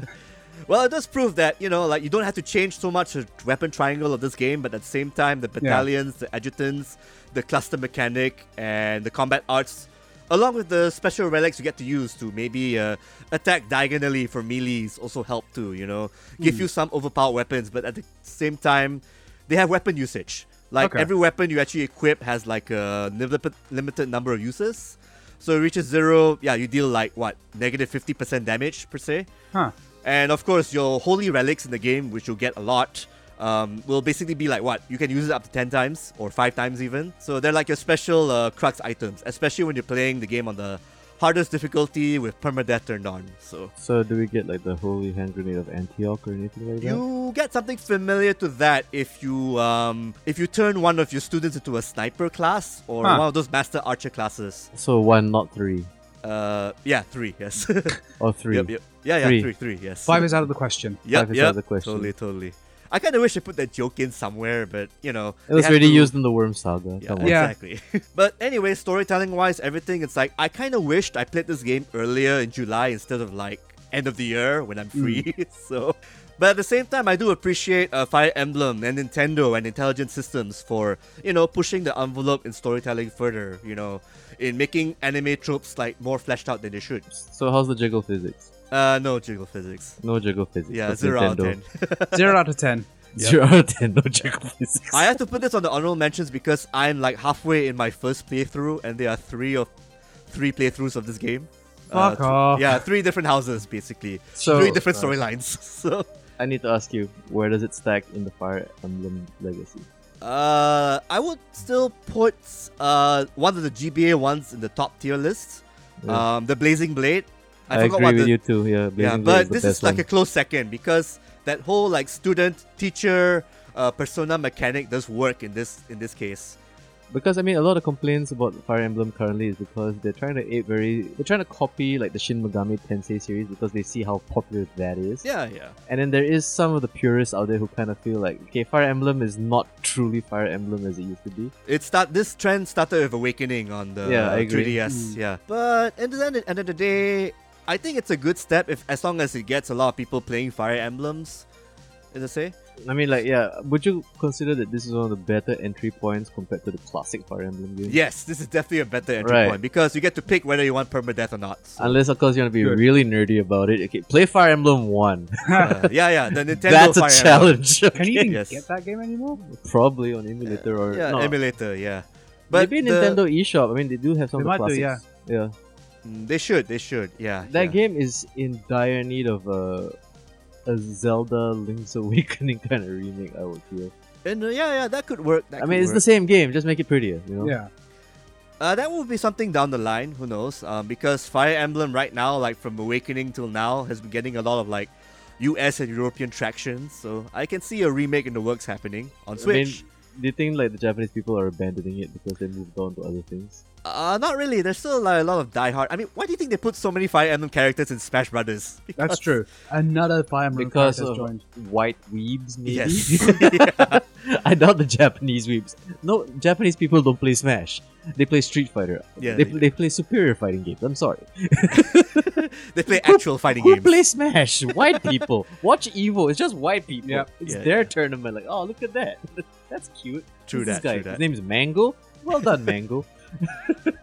Speaker 1: Well, it does prove that you know, like you don't have to change so much the weapon triangle of this game, but at the same time, the battalions, the adjutants, the cluster mechanic, and the combat arts, along with the special relics you get to use to maybe uh, attack diagonally for melees, also help too. You know, give you some overpowered weapons, but at the same time, they have weapon usage. Like
Speaker 3: Okay.
Speaker 1: every weapon you actually equip has like a limited limited number of uses. So it reaches zero, yeah, you deal like what negative fifty percent damage per se.
Speaker 3: huh.
Speaker 1: And of course, your holy relics in the game, which you'll get a lot, um, will basically be like what? You can use it up to 10 times or 5 times even. So they're like your special uh, crux items, especially when you're playing the game on the hardest difficulty with permadeath turned on. So
Speaker 2: So do we get like the holy hand grenade of Antioch or anything like that?
Speaker 1: you get something familiar to that if you um, if you turn one of your students into a sniper class or
Speaker 3: Huh.
Speaker 1: one of those master archer classes.
Speaker 2: So one, not three,
Speaker 1: Uh, yeah, 3, yes.
Speaker 2: or three.
Speaker 1: yep, yep. Yeah, yeah, 3,
Speaker 2: Three.
Speaker 1: 3, yes.
Speaker 3: Five is out of the question.
Speaker 1: Yep,
Speaker 2: Five is out
Speaker 1: yep.
Speaker 2: of the question.
Speaker 1: Totally, totally. I kind of wish I put that joke in somewhere, but you know,
Speaker 2: It
Speaker 1: they
Speaker 2: was
Speaker 1: have
Speaker 2: already
Speaker 1: to-
Speaker 2: used in the Worm Saga.
Speaker 1: Yeah,
Speaker 2: Come on.
Speaker 3: Yeah.
Speaker 1: exactly. but anyway, storytelling wise, everything it's like I kind of wished I played this game earlier in July instead of like end of the year when I'm free.
Speaker 2: Mm.
Speaker 1: so, but at the same time, I do appreciate uh, Fire Emblem and Nintendo and Intelligent Systems for you know pushing the envelope in storytelling further. You know, in making anime tropes like more fleshed out than they should.
Speaker 2: So how's the jiggle physics?
Speaker 1: Uh, no jiggle physics.
Speaker 2: No jiggle physics.
Speaker 1: Yeah,
Speaker 2: That's
Speaker 1: zero out of
Speaker 2: Nintendo.
Speaker 1: ten.
Speaker 3: Zero out of ten.
Speaker 1: Yep.
Speaker 2: Zero out of ten. No jiggle physics.
Speaker 1: I have to put this on the honorable mentions because I'm like halfway in my first playthrough, and there are three of three playthroughs of this game.
Speaker 3: Fuck
Speaker 1: th-
Speaker 3: off.
Speaker 1: Yeah, three different houses basically,
Speaker 2: So-
Speaker 1: three different storylines. So,
Speaker 2: I need to ask you, where does it stack in the Fire Emblem Legacy?
Speaker 1: uh, I would still put uh one of the GBA ones in the top tier list.
Speaker 2: Yeah.
Speaker 1: Um, the Blazing Blade. I, forgot
Speaker 2: I agree
Speaker 1: what
Speaker 2: with
Speaker 1: the
Speaker 2: you too. Yeah,
Speaker 1: yeah,
Speaker 2: Blazing Blade
Speaker 1: but
Speaker 2: the
Speaker 1: this is
Speaker 2: best
Speaker 1: like a
Speaker 2: one.
Speaker 1: close second because that whole like student teacher uh, persona mechanic does work in this in this case.
Speaker 2: because I mean a lot of complaints about Fire Emblem currently is because they're trying to ape very they're trying to copy like the Shin Megami Tensei series because they see how popular that is.
Speaker 1: Yeah, yeah.
Speaker 2: And then there is some of the purists out there who kind of feel like okay, Fire Emblem is not truly Fire Emblem as it used to be.
Speaker 1: It start this trend started with Awakening on the
Speaker 2: Yeah, I agree.
Speaker 1: 3DS. Yeah, Mm. but at the end, end of the day, I think it's a good step if as long as it gets a lot of people playing Fire Emblems. Is it say?
Speaker 2: I mean like yeah, would you consider that this is one of the better entry points compared to the classic Fire Emblem games?
Speaker 1: Yes, this is definitely a better entry
Speaker 2: Right.
Speaker 1: point because you get to pick whether you want permadeath or not. So,
Speaker 2: Unless of course you want to be
Speaker 3: Good.
Speaker 2: really nerdy about it. Okay, play Fire Emblem One.
Speaker 1: uh, yeah, yeah, the Nintendo
Speaker 2: That's
Speaker 1: Fire
Speaker 2: a challenge.
Speaker 3: Can you even
Speaker 1: Yes.
Speaker 3: get that game anymore?
Speaker 2: Probably on emulator or
Speaker 1: Emblem. Yeah,
Speaker 2: no,
Speaker 1: emulator. Yeah, But
Speaker 2: Maybe
Speaker 1: the-
Speaker 2: Nintendo eShop. I mean, they do have some
Speaker 3: They
Speaker 2: of the
Speaker 3: might do,
Speaker 2: classics. yeah.
Speaker 1: Mm, They should. They should. Yeah.
Speaker 2: That
Speaker 1: yeah.
Speaker 2: game is in dire need of a, a Zelda Link's Awakening kind of remake, I would feel.
Speaker 1: And, uh, yeah, yeah, that could work. That
Speaker 2: I mean,
Speaker 1: could
Speaker 2: it's the
Speaker 1: work.
Speaker 2: same game, just make it prettier, you know?
Speaker 3: Yeah.
Speaker 1: Uh, that will be something down the line. Who knows? Um, because Fire Emblem right now, like from Awakening till now, has been getting a lot of like U.S. and European traction. So I can see a remake in the works happening on
Speaker 2: I mean,
Speaker 1: Switch.
Speaker 2: do you think like the Japanese people are abandoning it because they moved on to other things?
Speaker 1: Uh, not really. There's still like, a lot of diehard. I mean, why do you think they put so many Fire Emblem characters in Smash Brothers? Because-
Speaker 3: That's true. Another Fire Emblem
Speaker 2: Because
Speaker 3: character has
Speaker 2: of-
Speaker 3: joined.
Speaker 2: White weebs, maybe?
Speaker 1: Yes.
Speaker 2: I doubt the Japanese weebs. No, Japanese people don't play Smash. They play Street Fighter.
Speaker 1: Yeah,
Speaker 2: they,
Speaker 1: they do.
Speaker 2: they play superior fighting games. I'm sorry.
Speaker 1: they play actual fighting
Speaker 2: Who
Speaker 1: games.
Speaker 2: play Smash? White people. Watch Evo. It's just white people.
Speaker 3: Yep.
Speaker 2: It's
Speaker 1: Yeah,
Speaker 2: their
Speaker 1: yeah.
Speaker 2: tournament. Like, oh, look at that. That's cute.
Speaker 1: True
Speaker 2: Who's this
Speaker 1: that.
Speaker 2: guy?
Speaker 1: True
Speaker 2: His
Speaker 1: that.
Speaker 2: name is Mango. Well done, Mango.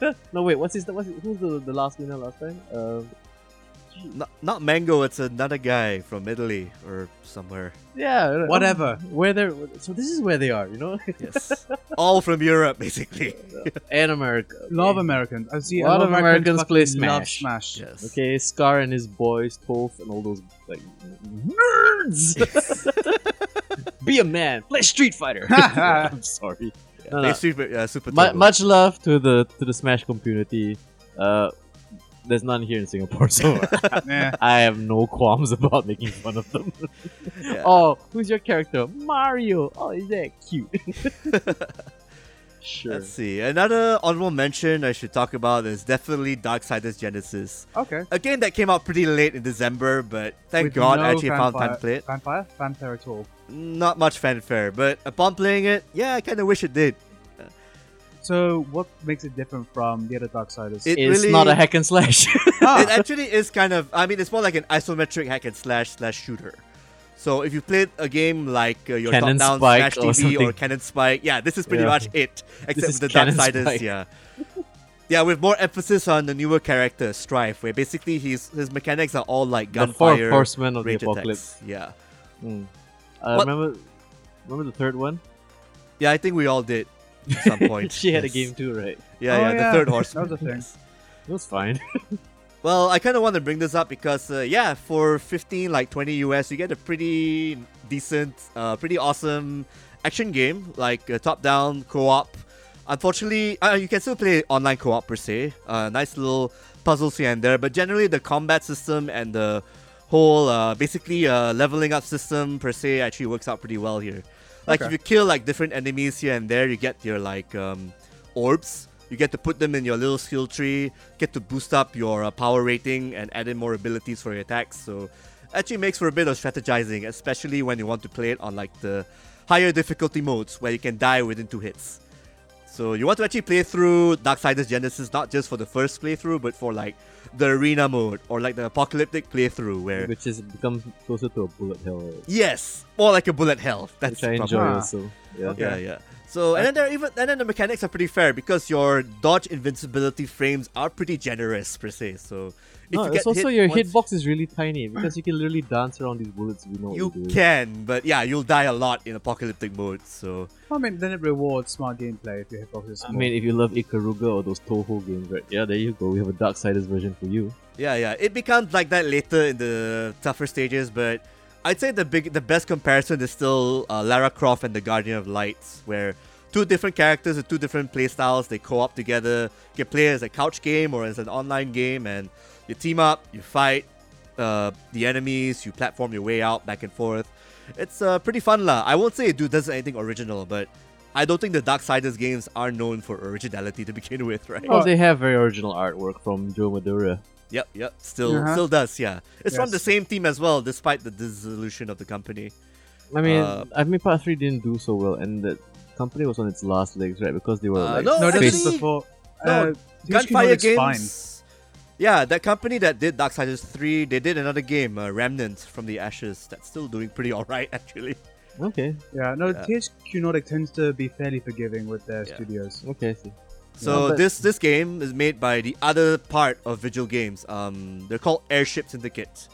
Speaker 2: no, wait. What's his? What's his, who's the, the last winner last time? Um,
Speaker 1: Not, not Mango. It's another guy from Italy or somewhere.
Speaker 2: yeah. I don't-
Speaker 3: Whatever.
Speaker 2: Where they're so this is where they are, you know,
Speaker 1: Yes. All from Europe, basically.
Speaker 2: and America. Okay.
Speaker 3: Love Americans. I see
Speaker 2: A lot
Speaker 3: a lot
Speaker 2: of Americans play
Speaker 3: fucking love
Speaker 2: Smash.
Speaker 3: Smash.
Speaker 1: Yes.
Speaker 2: Okay, Scar and his boys, Toph, and all those like nerds. Be a man. Play Street Fighter. I'm sorry.
Speaker 1: Yeah,
Speaker 2: No,
Speaker 1: play
Speaker 2: no.
Speaker 1: Super, uh, Super
Speaker 2: Mu
Speaker 1: Turbo.
Speaker 2: much love to the to the Smash community. Uh, there's none here in Singapore, so
Speaker 3: Yeah.
Speaker 2: I have no qualms about making fun of them.
Speaker 1: Yeah.
Speaker 2: Oh, who's your character? Mario. Oh, is that cute? sure.
Speaker 1: Let's see. Another honorable mention I should talk about is definitely Darksiders Genesis.
Speaker 3: Okay.
Speaker 1: A game that came out pretty late in December, but thank
Speaker 3: With
Speaker 1: God
Speaker 3: no
Speaker 1: I actually found time
Speaker 3: fanfare-
Speaker 1: to play it.
Speaker 3: Vampire? Vampire at all.
Speaker 1: Not much fanfare, but upon playing it, yeah, I kind of wish it did.
Speaker 3: So, what makes it different from the other Darksiders?
Speaker 1: It-
Speaker 2: It's
Speaker 1: really-
Speaker 2: not a hack and slash.
Speaker 3: ah,
Speaker 1: It actually is kind of. I mean, it's more like an isometric hack and slash slash shooter. So if you played a game like uh, your
Speaker 2: Cannon
Speaker 1: top down
Speaker 2: Spike
Speaker 1: Smash
Speaker 2: or
Speaker 1: TV or,
Speaker 2: something.
Speaker 1: Cannon Spike, yeah, this is pretty
Speaker 2: Yeah.
Speaker 1: much it, except
Speaker 2: is
Speaker 1: with the
Speaker 2: Cannon
Speaker 1: Darksiders,
Speaker 2: Spike.
Speaker 1: yeah. Yeah, with more emphasis on the newer character Strife, where basically his his mechanics are all like
Speaker 2: the four
Speaker 1: gunfire,
Speaker 2: horsemen of the
Speaker 1: rage
Speaker 2: apocalypse.
Speaker 1: attacks. Yeah,
Speaker 2: Mm. Uh,
Speaker 1: What-
Speaker 2: remember, remember the third one?
Speaker 1: yeah, I think we all did at some point.
Speaker 2: she had
Speaker 1: Oh, yes.
Speaker 2: a game too, right?
Speaker 1: Yeah,
Speaker 3: Oh,
Speaker 1: yeah,
Speaker 3: yeah,
Speaker 1: the third
Speaker 3: that
Speaker 1: horseman.
Speaker 3: was a thing.
Speaker 1: yes.
Speaker 2: It was fine.
Speaker 1: Well, I kind of want to bring this up because uh, yeah, for 15 like 20 US, you get a pretty decent, uh, pretty awesome action game like uh, top-down co-op. Unfortunately, uh, you can still play online co-op per se. Uh, nice little puzzles here and there, but generally the combat system and the whole uh, basically uh, leveling up system per se actually works out pretty well here. Like if
Speaker 3: Okay.
Speaker 1: you kill like different enemies here and there, you get your like um, orbs. You get to put them in your little skill tree. Get to boost up your uh, power rating and add in more abilities for your attacks. So actually makes for a bit of strategizing, especially when you want to play it on like the higher difficulty modes where you can die within two hits. So you want to actually play through Darksiders Genesis not just for the first playthrough, but for like the arena mode or like the apocalyptic playthrough where
Speaker 2: Which has become closer to a bullet hell, right?
Speaker 1: yes, more like a bullet hell. That's
Speaker 2: which I
Speaker 1: probably-
Speaker 2: enjoy
Speaker 3: Ah.
Speaker 2: also. Yeah.
Speaker 1: yeah, yeah. So and then there are even and then the mechanics are pretty fair because your dodge invincibility frames are pretty generous per se. So if
Speaker 2: No,
Speaker 1: you
Speaker 2: it's
Speaker 1: get
Speaker 2: also
Speaker 1: hit
Speaker 2: your
Speaker 1: once,
Speaker 2: hitbox is really tiny because you can literally dance around these bullets. if You know what
Speaker 1: you
Speaker 2: you're doing.
Speaker 1: can, but yeah, you'll die a lot in apocalyptic mode. So
Speaker 3: I mean, then it rewards smart gameplay if your hitbox is
Speaker 2: I
Speaker 3: small.
Speaker 2: mean, if you love Ikaruga or those Toho games, right? Yeah, there you go. We have a Darksiders version for you.
Speaker 1: Yeah, yeah. It becomes like that later in the tougher stages, but I'd say the big, the best comparison is still uh, Lara Croft and the Guardian of Lights, where two different characters with two different playstyles they co-op together. You can play as a couch game or as an online game, and you team up, you fight uh, the enemies, you platform your way out back and forth. It's uh, pretty fun, lah. I won't say it do does anything original, but I don't think the Darksiders games are known for originality to begin with, right?
Speaker 2: Oh, they have very original artwork from Joe Madura.
Speaker 1: Yep, yep. Still,
Speaker 3: Uh-huh.
Speaker 1: still does. Yeah, it's from the
Speaker 3: Yes.
Speaker 1: same team as well, despite the dissolution of the company.
Speaker 2: I mean,
Speaker 1: Uh,
Speaker 2: I mean, Part Three didn't do so well, and the company was on its last legs, right? Because they were
Speaker 1: Uh,
Speaker 2: like,
Speaker 1: no,
Speaker 3: no, this is
Speaker 1: actually-
Speaker 3: before.
Speaker 1: no,
Speaker 3: uh,
Speaker 1: Gunfire
Speaker 3: Yoshinori's fine.
Speaker 1: Games. Yeah, that company that did Darksiders 3, they did another game, uh, Remnant from the Ashes, that's still doing pretty alright, actually.
Speaker 2: okay,
Speaker 3: Yeah, no,
Speaker 1: Yeah.
Speaker 3: THQ Nordic tends to be fairly forgiving with their
Speaker 1: Yeah.
Speaker 3: studios.
Speaker 2: okay, I see.
Speaker 1: So
Speaker 2: Yeah, but-
Speaker 1: this this game is made by the other part of Vigil Games. Um, they're called Airship Syndicate.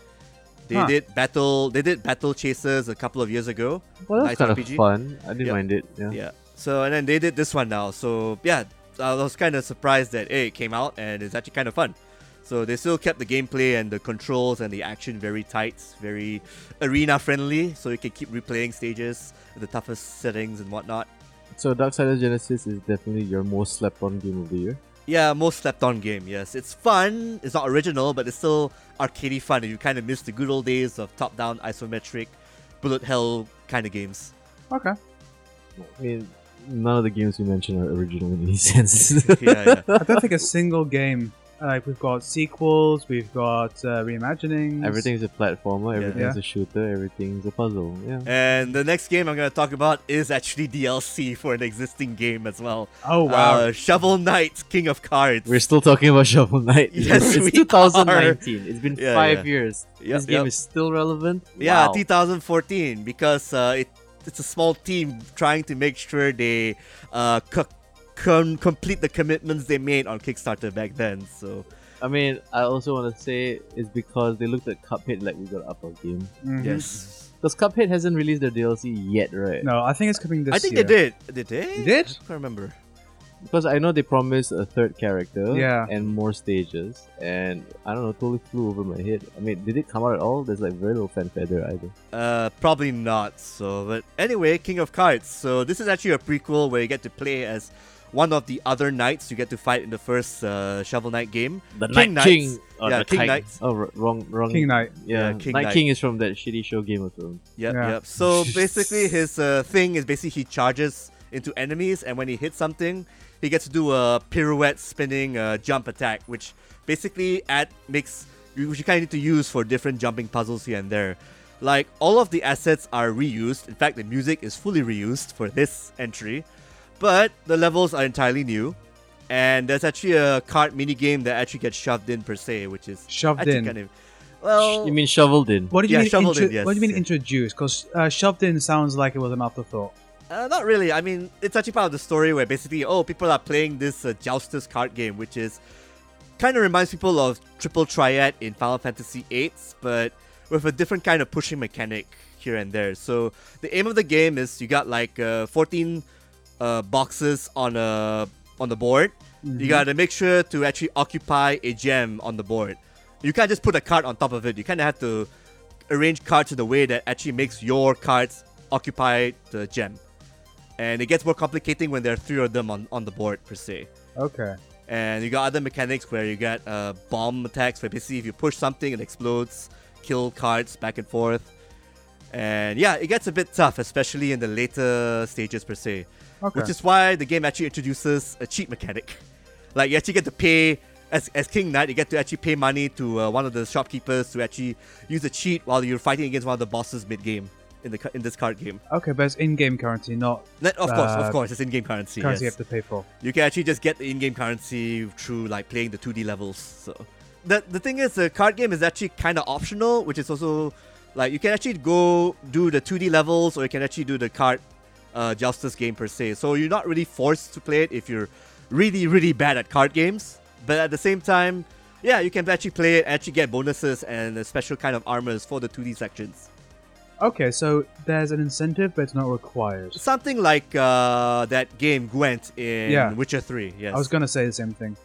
Speaker 1: They
Speaker 3: Huh.
Speaker 1: did battle. They did Battle Chasers a couple of years ago.
Speaker 2: Well,
Speaker 1: Nice
Speaker 2: that's kind
Speaker 1: RPG.
Speaker 2: of fun. I didn't
Speaker 1: Yeah.
Speaker 2: mind it. Yeah.
Speaker 1: Yeah. So and then they did this one now. So yeah, I was kind of surprised that hey, it came out and it's actually kind of fun. So they still kept the gameplay and the controls and the action very tight, very arena friendly, so you can keep replaying stages, the toughest settings and whatnot.
Speaker 2: So Darksiders Genesis is definitely your most slept on game of the year.
Speaker 1: Yeah, most slept on game, yes. It's fun, it's not original, but it's still arcadey fun. You kind of miss the good old days of top down isometric, bullet hell kind of games.
Speaker 3: Okay.
Speaker 2: I mean, none of the games you mentioned are original in any sense.
Speaker 1: yeah, yeah.
Speaker 3: I don't think a single game. Like we've got sequels, we've got uh, reimaginings.
Speaker 2: everything's a platformer, everything's
Speaker 3: Yeah.
Speaker 2: a shooter, everything's a puzzle. Yeah.
Speaker 1: And the next game I'm going to talk about is actually DLC for an existing game as well.
Speaker 3: Oh wow!
Speaker 1: Uh, Shovel Knight, King of Cards.
Speaker 2: We're still talking about Shovel Knight.
Speaker 1: Yes,
Speaker 2: it's
Speaker 1: we
Speaker 2: 2019. It's been
Speaker 1: Yeah,
Speaker 2: five
Speaker 1: yeah.
Speaker 2: years.
Speaker 1: Yep,
Speaker 2: this game
Speaker 1: yep.
Speaker 2: is still relevant.
Speaker 1: Yeah,
Speaker 2: Wow.
Speaker 1: 2014 because uh, it it's a small team trying to make sure they uh, c- com- complete the commitments they made on Kickstarter back then. So
Speaker 2: I mean, I also want to say it's because they looked at Cuphead like we got up our game.
Speaker 3: Mhm.
Speaker 1: yes,
Speaker 2: Because Cuphead hasn't released their DLC yet, right?
Speaker 3: No, I think it's coming this.
Speaker 1: I think
Speaker 3: year.
Speaker 1: they did. Did they?
Speaker 3: They did?
Speaker 1: I can't remember.
Speaker 2: Because I know they promised a third character
Speaker 3: Yeah.
Speaker 2: and more stages, and I don't know, totally flew over my head. I mean, did it come out at all? There's like very little fanfare there either.
Speaker 1: Uh, probably not. So, but anyway, King of Cards. So this is actually a prequel where you get to play as one of the other knights you get to fight in the first uh, Shovel Knight game.
Speaker 2: The
Speaker 1: King
Speaker 2: Night
Speaker 1: Knights.
Speaker 2: King. or
Speaker 1: Yeah,
Speaker 2: the
Speaker 1: King
Speaker 2: Kite-
Speaker 1: Knights.
Speaker 2: Oh, wr- wrong, wrong.
Speaker 3: King Knight.
Speaker 2: Yeah,
Speaker 1: Yeah, King
Speaker 2: Night
Speaker 1: Knight.
Speaker 2: King is from that shitty show Game of Thrones.
Speaker 1: Yep,
Speaker 3: Yeah.
Speaker 1: yep. So basically, his uh, thing is basically he charges into enemies, and when he hits something, he gets to do a pirouette spinning uh, jump attack, which basically add makes which you kind of need to use for different jumping puzzles here and there. Like all of the assets are reused. In fact, the music is fully reused for this entry, but the levels are entirely new. And there's actually a card mini game that actually gets shoved in per se, which is
Speaker 3: Shoved
Speaker 1: actually
Speaker 3: in.
Speaker 1: kind of well.
Speaker 2: you mean shoveled in?
Speaker 3: What do you
Speaker 1: Yeah,
Speaker 3: mean?
Speaker 1: shoveled in,
Speaker 3: intro- What do
Speaker 1: yes,
Speaker 3: you mean
Speaker 1: yeah.
Speaker 3: introduced? Because uh, shoved in sounds like it was an afterthought.
Speaker 1: Uh, not really. I mean, it's actually part of the story where basically, oh, people are playing this uh, Jousters card game, which is kind of reminds people of Triple Triad in Final Fantasy VIII, but with a different kind of pushing mechanic here and there. So the aim of the game is you got like uh, 14 uh, boxes on a on the board. You got to make sure to actually occupy a gem on the board. You can't just put a card on top of it. You kind of have to arrange cards in a way that actually makes your cards occupy the gem. And it gets more complicating when there are three of them on, on the board, per se.
Speaker 3: Okay.
Speaker 1: And you got other mechanics where you got uh, bomb attacks, where basically if you push something, it explodes, kill cards back and forth. And yeah, it gets a bit tough, especially in the later stages, per se.
Speaker 3: Okay.
Speaker 1: Which is why the game actually introduces a cheat mechanic. Like, you actually get to pay, as, as King Knight, you get to actually pay money to uh, one of the shopkeepers to actually use a cheat while you're fighting against one of the bosses mid game in, the ca- in this card game.
Speaker 3: Okay, but it's in-game currency, not
Speaker 1: That, of course,
Speaker 3: Uh,
Speaker 1: of course, it's in game currency.
Speaker 3: currency
Speaker 1: yes.
Speaker 3: you have to pay for.
Speaker 1: You can actually just get the in-game currency through like playing the 2D levels. So the the thing is, the card game is actually kind of optional, which is also like you can actually go do the 2D levels, or you can actually do the card uh, justice game per se. So you're not really forced to play it if you're really really bad at card games. But at the same time, yeah, you can actually play it, actually get bonuses and a special kind of armors for the 2D sections.
Speaker 3: Okay, so there's an incentive, but it's not required.
Speaker 1: Something like uh, that game Gwent in
Speaker 3: Yeah.
Speaker 1: Witcher 3. Yes.
Speaker 3: I was gonna say the same thing.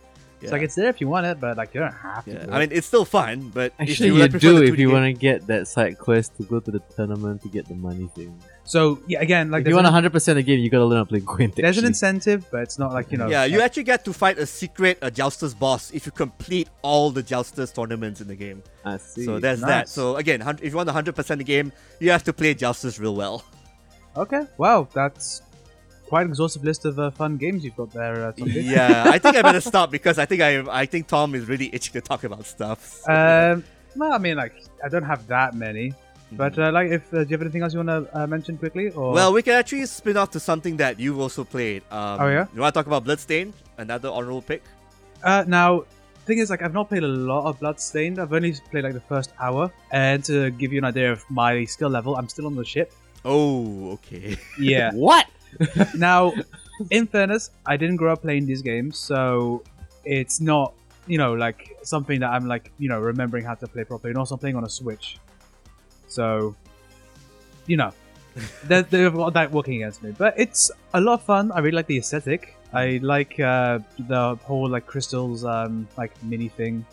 Speaker 3: It's
Speaker 1: Yeah.
Speaker 3: like it's there if you want it, but like you don't have to.
Speaker 1: Yeah,
Speaker 3: do
Speaker 1: I
Speaker 3: it.
Speaker 1: mean it's still fun, but if
Speaker 2: Actually,
Speaker 1: you,
Speaker 2: you,
Speaker 1: like, prefer
Speaker 2: do
Speaker 1: the
Speaker 2: if
Speaker 1: 2D
Speaker 2: you
Speaker 1: game-
Speaker 2: want to get that side quest to go to the tournament to get the money thing.
Speaker 3: so yeah, again, like
Speaker 2: if you
Speaker 3: there's
Speaker 2: want
Speaker 3: an-
Speaker 2: 100% the game, you gotta learn how to play Gwent.
Speaker 3: there's an
Speaker 2: actually.
Speaker 3: incentive, but it's not like you know.
Speaker 1: Yeah, you
Speaker 3: like-
Speaker 1: actually get to fight a secret a jouster's boss if you complete all the jouster's tournaments in the game.
Speaker 2: I Ah, see.
Speaker 1: so there's that.
Speaker 3: nice.
Speaker 1: So again, hun- if you want to 100% the game, you have to play jousters real well.
Speaker 3: okay. Wow, that's quite an exhaustive list of uh, fun games you've got there. Uh, Tom.
Speaker 1: yeah, I think I better stop because I think I I think Tom is really itching to talk about stuff. so-
Speaker 2: Uh,
Speaker 3: um, well, I mean, like I don't have that many,
Speaker 1: Mhm.
Speaker 3: but uh, like, if uh, do you have anything else you want to uh, mention quickly? Or
Speaker 1: well, we can actually spin off to something that you've also played. Um,
Speaker 3: Oh, yeah?
Speaker 1: You want to talk about Bloodstained? Another honorable pick.
Speaker 3: Uh, now, thing is, like, I've not played a lot of Bloodstained. I've only played like the first hour, and to give you an idea of my skill level, I'm still on the ship.
Speaker 1: Oh, okay.
Speaker 3: Yeah.
Speaker 2: What?
Speaker 3: now, in fairness, I didn't grow up playing these games, so it's not, you know, like something that I'm like, you know, remembering how to play properly, and also I'm playing on a Switch, so, you know, they're, they've got that working against me. But it's a lot of fun. I really like the aesthetic. I like uh, the whole like crystals um, like mini thing.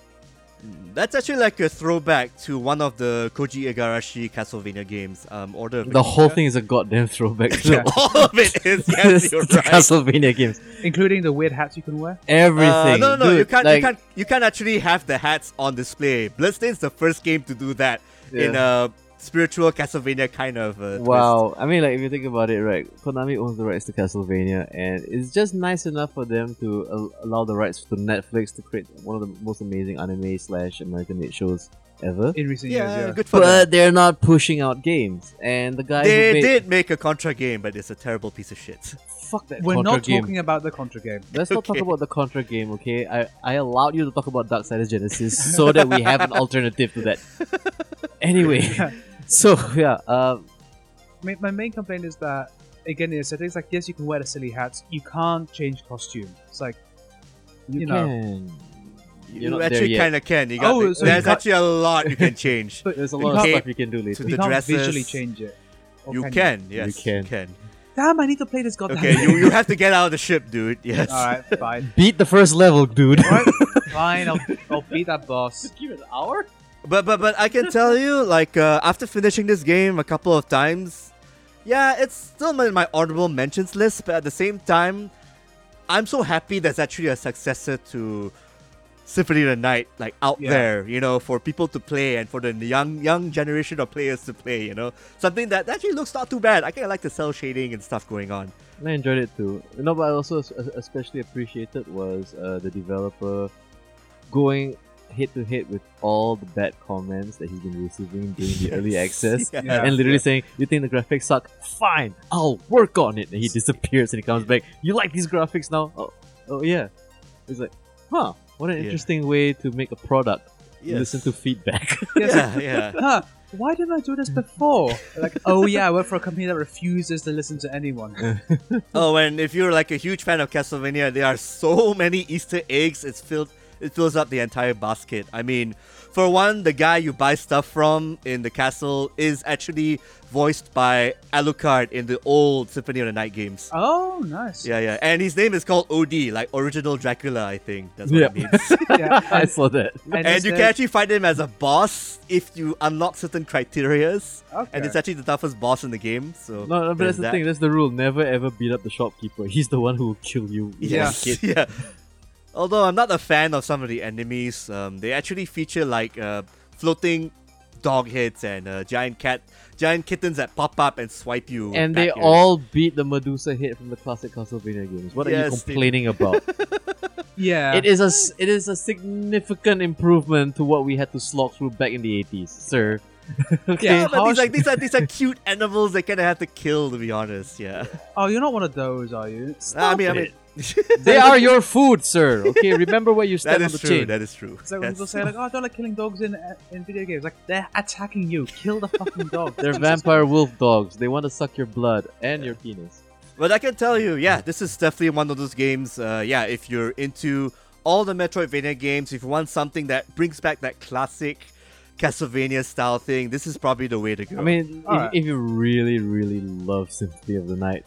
Speaker 1: Mm, That's actually like a throwback to one of the Koji Igarashi Castlevania games. Um, Order of
Speaker 2: The whole
Speaker 1: Ecclesia.
Speaker 2: thing is a goddamn throwback to
Speaker 3: Yeah.
Speaker 1: All of it is. Yes,
Speaker 2: the
Speaker 1: you're right.
Speaker 2: Castlevania games.
Speaker 3: including the weird hats you can wear.
Speaker 2: Everything.
Speaker 1: Uh, no, no, no! you
Speaker 2: dude,
Speaker 1: can't, you
Speaker 2: like-
Speaker 1: can't, you can't actually have the hats on display. Bloodstained's the first game to do that in a spiritual Castlevania kind of. Uh, twist.
Speaker 2: Wow, I mean, like if you think about it, right? Konami owns the rights to Castlevania, and it's just nice enough for them to al- allow the rights to Netflix to create one of the most amazing anime slash American made shows ever.
Speaker 3: In recent
Speaker 1: Yeah,
Speaker 3: years, yeah.
Speaker 1: good for them.
Speaker 2: But they're not pushing out games, and the guy
Speaker 1: They
Speaker 2: who made
Speaker 1: did make a Contra game, but it's a terrible piece of shit.
Speaker 2: fuck that
Speaker 3: We're
Speaker 2: Contra
Speaker 3: not
Speaker 2: game.
Speaker 3: talking about the Contra game.
Speaker 2: Let's not
Speaker 1: Okay.
Speaker 2: talk about the Contra game, okay? I, I allowed you to talk about Darksiders Genesis so that we have an alternative to that. Anyway, so yeah, um,
Speaker 3: My, my main complaint is that again, the aesthetics like yes, you can wear the silly hats. You can't change costume. It's like
Speaker 2: you,
Speaker 3: You know.
Speaker 2: can. You're
Speaker 1: You
Speaker 2: not there
Speaker 1: actually
Speaker 2: yet.
Speaker 1: kind of can. You got
Speaker 3: Oh,
Speaker 1: the-
Speaker 3: so you
Speaker 1: there's
Speaker 3: got- Oh,
Speaker 1: actually a lot you can change.
Speaker 3: but
Speaker 2: There's a
Speaker 3: you
Speaker 2: lot of
Speaker 1: Okay.
Speaker 2: stuff you can do later.
Speaker 1: the
Speaker 3: you can't
Speaker 1: dresses.
Speaker 3: visually change it. Or
Speaker 1: you
Speaker 3: you?
Speaker 1: can, yes,
Speaker 2: can.
Speaker 3: Damn, I need to play this goddamn.
Speaker 1: Okay, you, you have to get out of the ship, dude. Yes.
Speaker 3: All right, fine,
Speaker 2: Beat the first level, dude.
Speaker 3: All right, fine. I'll, I'll beat that boss.
Speaker 2: Give it an hour.
Speaker 1: But but but I can tell you, like uh, after finishing this game a couple of times, yeah, it's still in my honorable mentions list. But at the same time, I'm so happy there's actually a successor to Symphony of the Night, like out
Speaker 3: Yeah.
Speaker 1: there, you know, for people to play and for the young young generation of players to play, you know, something that actually looks not too bad. I kind of like the cell shading and stuff going on.
Speaker 2: I enjoyed it too. You know, but I also es- es- especially appreciated was uh, the developer going head to head with all the bad comments that he's been receiving during the early access.
Speaker 1: Yeah.
Speaker 3: Yeah.
Speaker 2: And literally saying, "You think the graphics suck? Fine, I'll work on it." And he disappears, and he comes back. You like these graphics now? Oh, oh yeah. It's like, huh? What an
Speaker 1: Yeah.
Speaker 2: interesting way to make a product.
Speaker 1: Yes.
Speaker 2: Listen to feedback.
Speaker 3: Yes.
Speaker 1: yeah, yeah.
Speaker 3: Huh, why didn't I do this before? Like, oh yeah, I work for a company that refuses to listen to anyone.
Speaker 1: Oh, and if you're like a huge fan of Castlevania, there are so many Easter eggs. It's filled. It fills up the entire basket. I mean, for one, the guy you buy stuff from in the castle is actually voiced by Alucard in the old Symphony of the Night games.
Speaker 3: Oh, nice.
Speaker 1: Yeah, yeah. And his name is called OD, like original Dracula, I think. That's what it
Speaker 2: Yeah.
Speaker 1: means.
Speaker 3: Yeah,
Speaker 2: I saw that.
Speaker 1: and
Speaker 3: and it's
Speaker 1: you can
Speaker 3: the-
Speaker 1: actually find him as a boss if you unlock certain criterias.
Speaker 3: okay.
Speaker 1: And it's actually the toughest boss in the game. So
Speaker 2: No, no
Speaker 1: there's
Speaker 2: but that's the
Speaker 1: that.
Speaker 2: thing. That's the rule. Never ever beat up the shopkeeper. He's the one who will kill you. if you
Speaker 3: Yeah.
Speaker 1: Yes.
Speaker 2: kick.
Speaker 1: Yeah. Although I'm not a fan of some of the enemies, um, they actually feature like uh, floating dog heads and uh, giant cat, giant kittens that pop up and swipe you.
Speaker 2: and
Speaker 1: back
Speaker 2: they
Speaker 1: here.
Speaker 2: all beat the Medusa head from the classic Castlevania games. What are you
Speaker 1: Yes, they-
Speaker 2: complaining about?
Speaker 3: yeah.
Speaker 2: it is a s- it is a significant improvement to what we had to slog through back in the eighties, sir. okay,
Speaker 1: Yeah, but
Speaker 3: harsh-
Speaker 1: these, like, these are these are cute animals they kind of have to kill to be honest. Yeah,
Speaker 3: Oh, you're not one of those, are you?
Speaker 1: I
Speaker 2: Stop
Speaker 1: mean, I
Speaker 2: it.
Speaker 1: mean,
Speaker 2: they are your food, sir. Okay, remember where you
Speaker 1: that
Speaker 2: stand on
Speaker 1: is
Speaker 2: the
Speaker 1: true.
Speaker 2: chain.
Speaker 1: That is true.
Speaker 3: It's like when
Speaker 1: Yes.
Speaker 3: people say like, "Oh, I don't like killing dogs in uh, in video games." Like they're attacking you. Kill the fucking dog.
Speaker 2: They're
Speaker 3: Jesus
Speaker 2: vampire wolf dogs. They want to suck your blood and your penis.
Speaker 1: But I can tell you, yeah, this is definitely one of those games. Uh, yeah, if you're into all the Metroidvania games, if you want something that brings back that classic Castlevania style thing, this is probably the way to go.
Speaker 2: I mean, if,
Speaker 3: Alright.
Speaker 2: if you really, really love Symphony of the Night,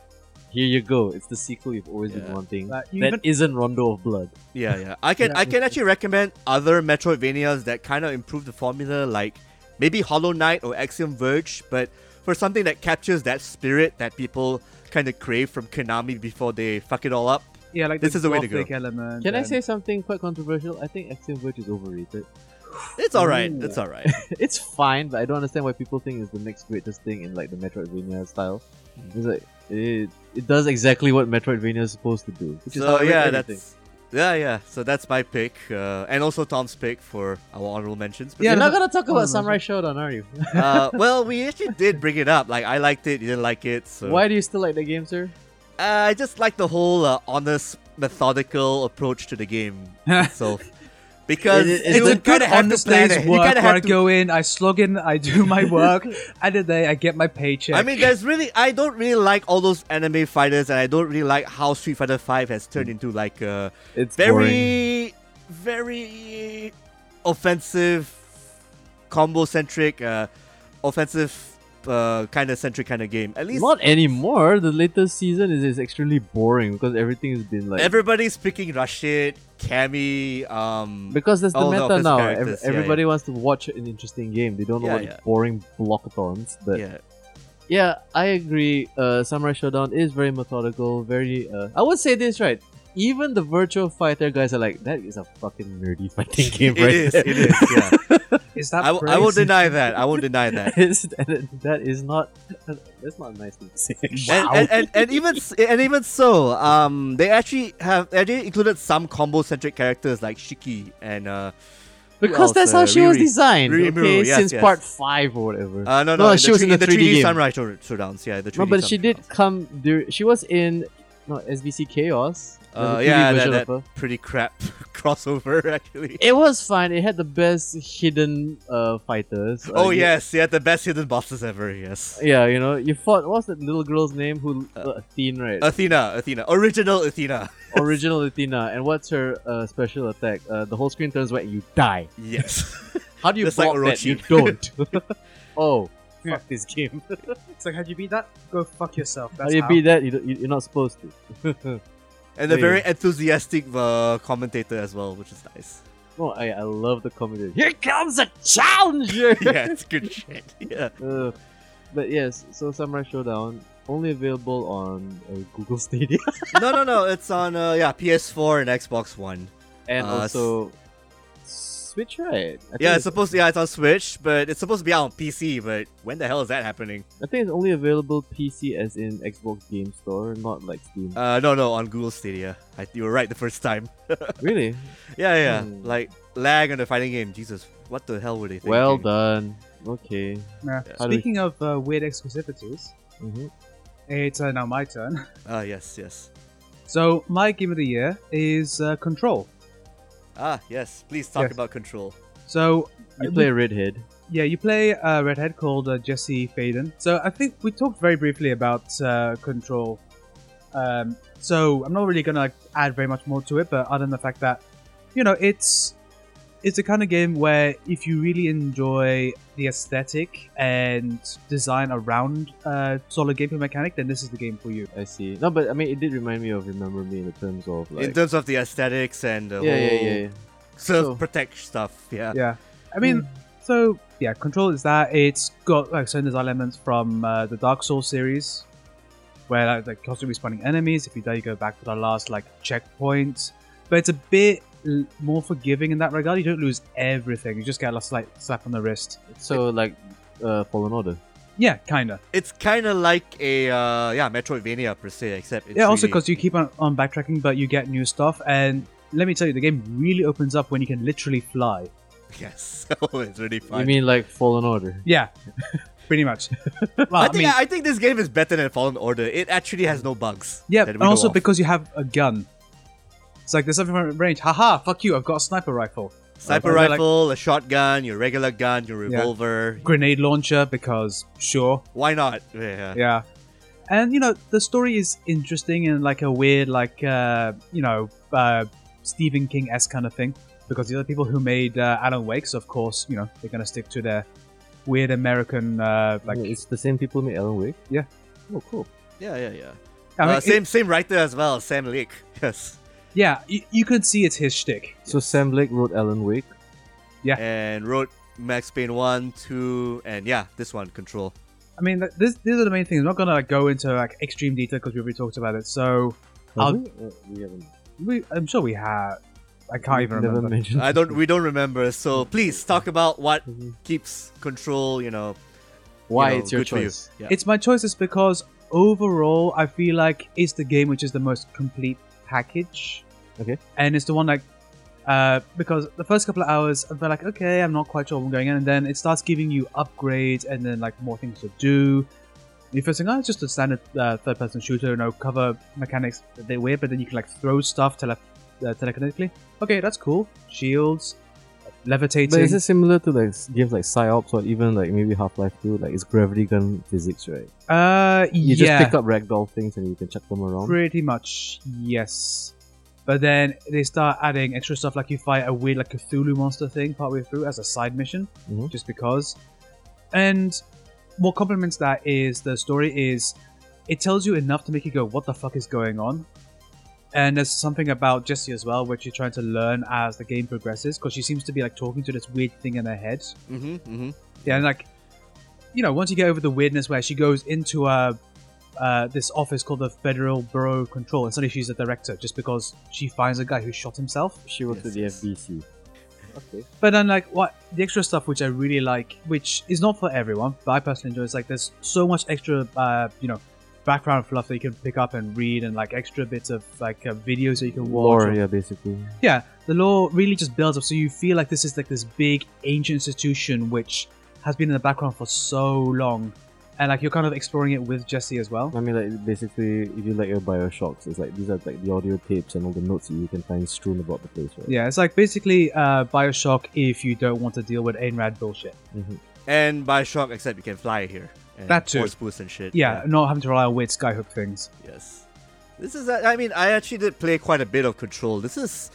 Speaker 2: here you go. It's the sequel you've always
Speaker 1: Yeah.
Speaker 2: been wanting.
Speaker 3: Like, you
Speaker 2: That
Speaker 3: even-
Speaker 2: not Rondo of Blood.
Speaker 1: yeah, yeah. I can
Speaker 3: Yeah.
Speaker 1: I can actually recommend other Metroidvanias that kind of improve the formula, like maybe Hollow Knight or Axiom Verge, but for something that captures that spirit that people kind of crave from Konami before they fuck it all up.
Speaker 3: Christ. Yeah, like
Speaker 1: This is the way to
Speaker 3: gothic
Speaker 1: go.
Speaker 3: Element
Speaker 2: Can I
Speaker 3: and-
Speaker 2: say something quite controversial? I think Axiom Verge is overrated.
Speaker 1: It's all right.
Speaker 3: Ooh.
Speaker 1: It's all right.
Speaker 2: it's fine, but I don't understand why people think it's the next greatest thing in like the Metroidvania style.
Speaker 1: Hmm.
Speaker 2: It's like it, it does exactly what Metroidvania is supposed to do. Which is
Speaker 1: so
Speaker 2: outrage
Speaker 1: yeah,
Speaker 2: everything.
Speaker 1: that's yeah, yeah. So that's my pick, uh, and also Tom's pick for our honorable mentions.
Speaker 3: Yeah,
Speaker 2: You're not
Speaker 3: but-
Speaker 2: gonna talk
Speaker 3: Oh, no,
Speaker 2: about Samurai Shodown, are you?
Speaker 1: uh, well, we actually did bring it up. Like I liked it, you didn't like it. So
Speaker 2: Why do you still like the game, sir?
Speaker 1: Uh, I just like the whole uh, honest, methodical approach to the game itself. Because
Speaker 2: It- it-
Speaker 1: you
Speaker 3: It's a good
Speaker 1: kinda have to
Speaker 3: honest
Speaker 1: plan
Speaker 3: day's
Speaker 1: it. You
Speaker 3: work
Speaker 1: kinda
Speaker 3: where
Speaker 1: have
Speaker 3: I
Speaker 1: to
Speaker 3: go in, I slog in, I do my work. End of the day, I get my paycheck.
Speaker 1: I mean, there's really I don't really like all those anime fighters, and I don't really like how Street Fighter Five has turned
Speaker 3: Mm.
Speaker 1: into like uh, a
Speaker 2: It's
Speaker 1: very, very offensive, combo centric, uh, offensive uh, kind of centric kind of game. At least
Speaker 2: Not anymore. The latest season is, is extremely boring because everything has been like
Speaker 1: everybody's picking Rashid, Cammy. Um,
Speaker 2: because that's the
Speaker 1: Oh, no,
Speaker 2: meta
Speaker 1: that's
Speaker 2: now.
Speaker 1: characters,
Speaker 2: Ev-
Speaker 1: yeah,
Speaker 2: everybody wants to watch an interesting game. They don't
Speaker 1: Yeah,
Speaker 2: want
Speaker 1: yeah.
Speaker 2: boring blockathons. But yeah.
Speaker 1: yeah,
Speaker 2: I agree. Uh, Samurai Showdown is very methodical. Very. Uh, I would say this right. Even the Virtual Fighter guys are like, that is a fucking nerdy fighting game,
Speaker 1: it
Speaker 2: right?
Speaker 1: is.
Speaker 2: there."
Speaker 1: It is. Yeah,
Speaker 3: Is that
Speaker 1: I, w- I won't
Speaker 3: praise?
Speaker 1: deny that. I won't deny that.
Speaker 2: It's- that is not. That's not a nice thing to say.
Speaker 1: And, and, and, and even s- and even so, um, they actually have they actually included some combo centric characters like Shiki and uh, who
Speaker 2: Because
Speaker 1: else?
Speaker 2: that's
Speaker 1: Uh,
Speaker 2: how she was
Speaker 1: Riri.
Speaker 2: designed.
Speaker 1: Riri
Speaker 2: okay,
Speaker 1: Muru, yes,
Speaker 2: since
Speaker 1: yes.
Speaker 2: part five or whatever.
Speaker 1: Uh, no,
Speaker 2: No,
Speaker 1: no,
Speaker 2: she was in the 3D game.
Speaker 1: Samurai show- Showdowns. Yeah, the 3D.
Speaker 2: no, but she
Speaker 1: Samurai
Speaker 2: did
Speaker 1: Showdowns.
Speaker 2: come. Dur- she was in no SBC Chaos. the
Speaker 1: Uh,
Speaker 2: 3D
Speaker 1: yeah, that-
Speaker 2: version
Speaker 1: that-
Speaker 2: of her.
Speaker 1: Pretty crap crossover actually.
Speaker 2: It was fun. It had the best hidden uh, fighters. Uh,
Speaker 1: Oh
Speaker 2: you-
Speaker 1: yes, yeah, the best hidden bosses ever. Yes,
Speaker 2: Yeah, you know, you fought. What's that little girl's name? Who uh, Athene, right?
Speaker 1: Athena, Athena, original Athena.
Speaker 2: Original Athena. And what's her uh, special attack? Uh, the whole screen turns white. and You die.
Speaker 1: Yes.
Speaker 2: How do you
Speaker 1: Just like
Speaker 2: block that?
Speaker 1: Orochi.
Speaker 2: You don't. oh,
Speaker 3: Yeah.
Speaker 2: fuck this game.
Speaker 3: It's like, how'd you beat that? Go fuck yourself.
Speaker 2: How
Speaker 3: That's
Speaker 2: do you beat that? You don't, you- you're not supposed to.
Speaker 1: and a
Speaker 2: Wait.
Speaker 1: very enthusiastic uh, commentator as well, which is nice.
Speaker 2: Oh, I, I love the comedy. Here comes a challenger!
Speaker 1: yeah, it's good shit. Yeah.
Speaker 2: Ugh. but yes, so Samurai Showdown only available on uh, Google Stadia
Speaker 1: No, no, no. It's on uh, yeah PS4 and Xbox One.
Speaker 2: and
Speaker 1: Uh, s-
Speaker 2: also Switch, right? I think
Speaker 1: Yeah, it's supposed to, yeah, it's on Switch, but it's supposed to be out on PC. But when the hell is that happening?
Speaker 2: I think it's only available PC as in Xbox Game Store, not like Steam.
Speaker 1: Uh, no, no, on Google Stadia. I, you were right the first time.
Speaker 2: really?
Speaker 1: Yeah, yeah.
Speaker 2: Hmm.
Speaker 1: Like lag on a fighting game. Jesus, what the hell were they thinking?
Speaker 2: Well done. Okay.
Speaker 3: that.
Speaker 2: How do we-
Speaker 3: Speaking of uh, weird exclusivities,
Speaker 2: hmm
Speaker 3: it's uh, now my turn.
Speaker 1: Ah, yes, yes.
Speaker 3: So my game of the year is uh, Control.
Speaker 1: Ah, yes. Please talk
Speaker 3: Yes.
Speaker 1: about control.
Speaker 3: So
Speaker 2: You play Redhead.
Speaker 3: Yeah, you play a redhead called uh, Jesse Faden. So I think we talked very briefly about uh, Control. Um, so I'm not really gonna like, add very much more to it, but other than the fact that you know it's it's a kind of game where if you really enjoy the aesthetic and design around uh, solid gameplay mechanic, then this is the game for you.
Speaker 2: I see. No, but I mean, it did remind me of Remember Me in the terms of like.
Speaker 1: In terms of the aesthetics and the
Speaker 2: yeah,
Speaker 1: whole
Speaker 2: yeah, yeah, yeah.
Speaker 1: self
Speaker 2: So-
Speaker 1: protect stuff. Yeah.
Speaker 3: Yeah, I mean,
Speaker 1: Hmm.
Speaker 3: so yeah, Control is that. It's got like certain design elements from uh, the Dark Souls series, where like, like constantly respawning enemies. If you die, you go back to the last like checkpoint. But it's a bit l- more forgiving in that regard. You don't lose everything. You just get a slight slap on the wrist.
Speaker 2: So like, uh, Fallen Order.
Speaker 3: Yeah, kinda.
Speaker 1: It's kind of like a uh, yeah Metroidvania per se, except it's
Speaker 3: yeah, also
Speaker 1: really-
Speaker 3: because you keep on, on backtracking, but you get new stuff. And let me tell you, the game really opens up when you can literally fly.
Speaker 1: yes, Oh, it's really fun.
Speaker 2: You mean like Fallen Order?
Speaker 3: Yeah, pretty much. well,
Speaker 1: I
Speaker 3: I,
Speaker 1: think
Speaker 3: mean,
Speaker 1: I think this game is better than Fallen Order. It actually has no bugs.
Speaker 3: Yeah,
Speaker 1: that we
Speaker 3: and
Speaker 1: know
Speaker 3: also
Speaker 1: of.
Speaker 3: because you have a gun. It's like there's something from range. Haha, fuck you, I've got a sniper rifle.
Speaker 1: sniper
Speaker 3: Okay, like-
Speaker 1: rifle, a shotgun, your regular gun, your
Speaker 3: Yeah.
Speaker 1: revolver.
Speaker 3: Grenade launcher, because sure.
Speaker 1: Why not? Yeah.
Speaker 3: Yeah. And you know, the story is interesting and like a weird, like uh, you know, uh Stephen King esque kind of thing. Because the other people who made uh, Alan Wake, so of course, you know, they're gonna stick to their weird American uh like
Speaker 2: Yeah, it's the same people who made Alan Wake.
Speaker 3: Yeah.
Speaker 2: Oh, cool.
Speaker 1: yeah, yeah, yeah.
Speaker 3: I mean,
Speaker 1: uh,
Speaker 3: it-
Speaker 1: same same writer as well, Sam Lake. Yes,
Speaker 3: yeah, you, you can see it's his shtick.
Speaker 2: So Sam Blake wrote Alan Wake.
Speaker 1: and wrote Max Payne one, two, and yeah, this one, Control.
Speaker 3: I mean, th- this, these are the main things. I'm not gonna like, go into like extreme detail because we already talked about it. So I'll-
Speaker 2: Have we? Uh, we haven't.
Speaker 3: We, I'm sure we had. I can't even
Speaker 2: Never
Speaker 3: remember.
Speaker 2: mentioned.
Speaker 1: I don't, we don't remember. So please talk about what
Speaker 2: Mhm.
Speaker 1: keeps Control. You know,
Speaker 2: Why
Speaker 1: you know,
Speaker 2: it's your
Speaker 1: good for you.
Speaker 2: choice?
Speaker 1: Yeah.
Speaker 3: It's my choice is because overall, I feel like it's the game which is the most complete package.
Speaker 2: Okay.
Speaker 3: And it's the one like, uh, because the first couple of hours, I felt like, okay, I'm not quite sure what I'm going in, and then it starts giving you upgrades and then like more things to do. You first think, oh, it's just a standard uh, third-person shooter, you know, cover mechanics a bit weird, but then you can like throw stuff tele- uh, telekinetically. Okay, that's cool. Shields, levitating.
Speaker 2: But is it similar to like s- games like PsyOps or even like maybe Half Life Two? Like it's gravity gun physics, right?
Speaker 3: Uh,
Speaker 2: You
Speaker 3: yeah,
Speaker 2: just pick up ragdoll things and you can chuck them around.
Speaker 3: pretty much yes. But then they start adding extra stuff, like you fight a weird like Cthulhu monster thing partway through as a side mission,
Speaker 2: Mhm.
Speaker 3: just because. And what complements that is the story is it tells you enough to make you go, "What the fuck is going on?" And there's something about Jessie as well, which you're trying to learn as the game progresses, because she seems to be like talking to this weird thing in her head.
Speaker 1: Mm-hmm, mm-hmm.
Speaker 3: Yeah, and like, you know, once you get over the weirdness where she goes into a, uh, this office called the Federal Bureau of Control, and suddenly she's a director just because she finds a guy who shot himself.
Speaker 2: She works
Speaker 1: Yes,
Speaker 2: at the
Speaker 1: yes.
Speaker 2: FBC. Okay.
Speaker 3: But then, like, what the extra stuff which I really like, which is not for everyone, but I personally enjoy, is like there's so much extra, uh, you know, background fluff that you can pick up and read, and like extra bits of like uh, videos that you can watch.
Speaker 2: Lore, yeah, basically.
Speaker 3: yeah, the law really just builds up, so you feel like this is like this big ancient institution which has been in the background for so long, and like you're kind of exploring it with Jesse as well.
Speaker 2: I mean, like basically, if you like your Bioshocks, it's like these are like the audio tapes and all the notes that you can find strewn about the place, right?
Speaker 3: Yeah, it's like basically uh, Bioshock if you don't want to deal with Ayn Rand bullshit.
Speaker 1: And by shock, except you can fly here. And
Speaker 3: That too.
Speaker 1: Force boost and shit.
Speaker 3: Yeah, not having to rely on weird skyhook things.
Speaker 1: Yes. This is, I mean, I actually did play quite a bit of Control. This is,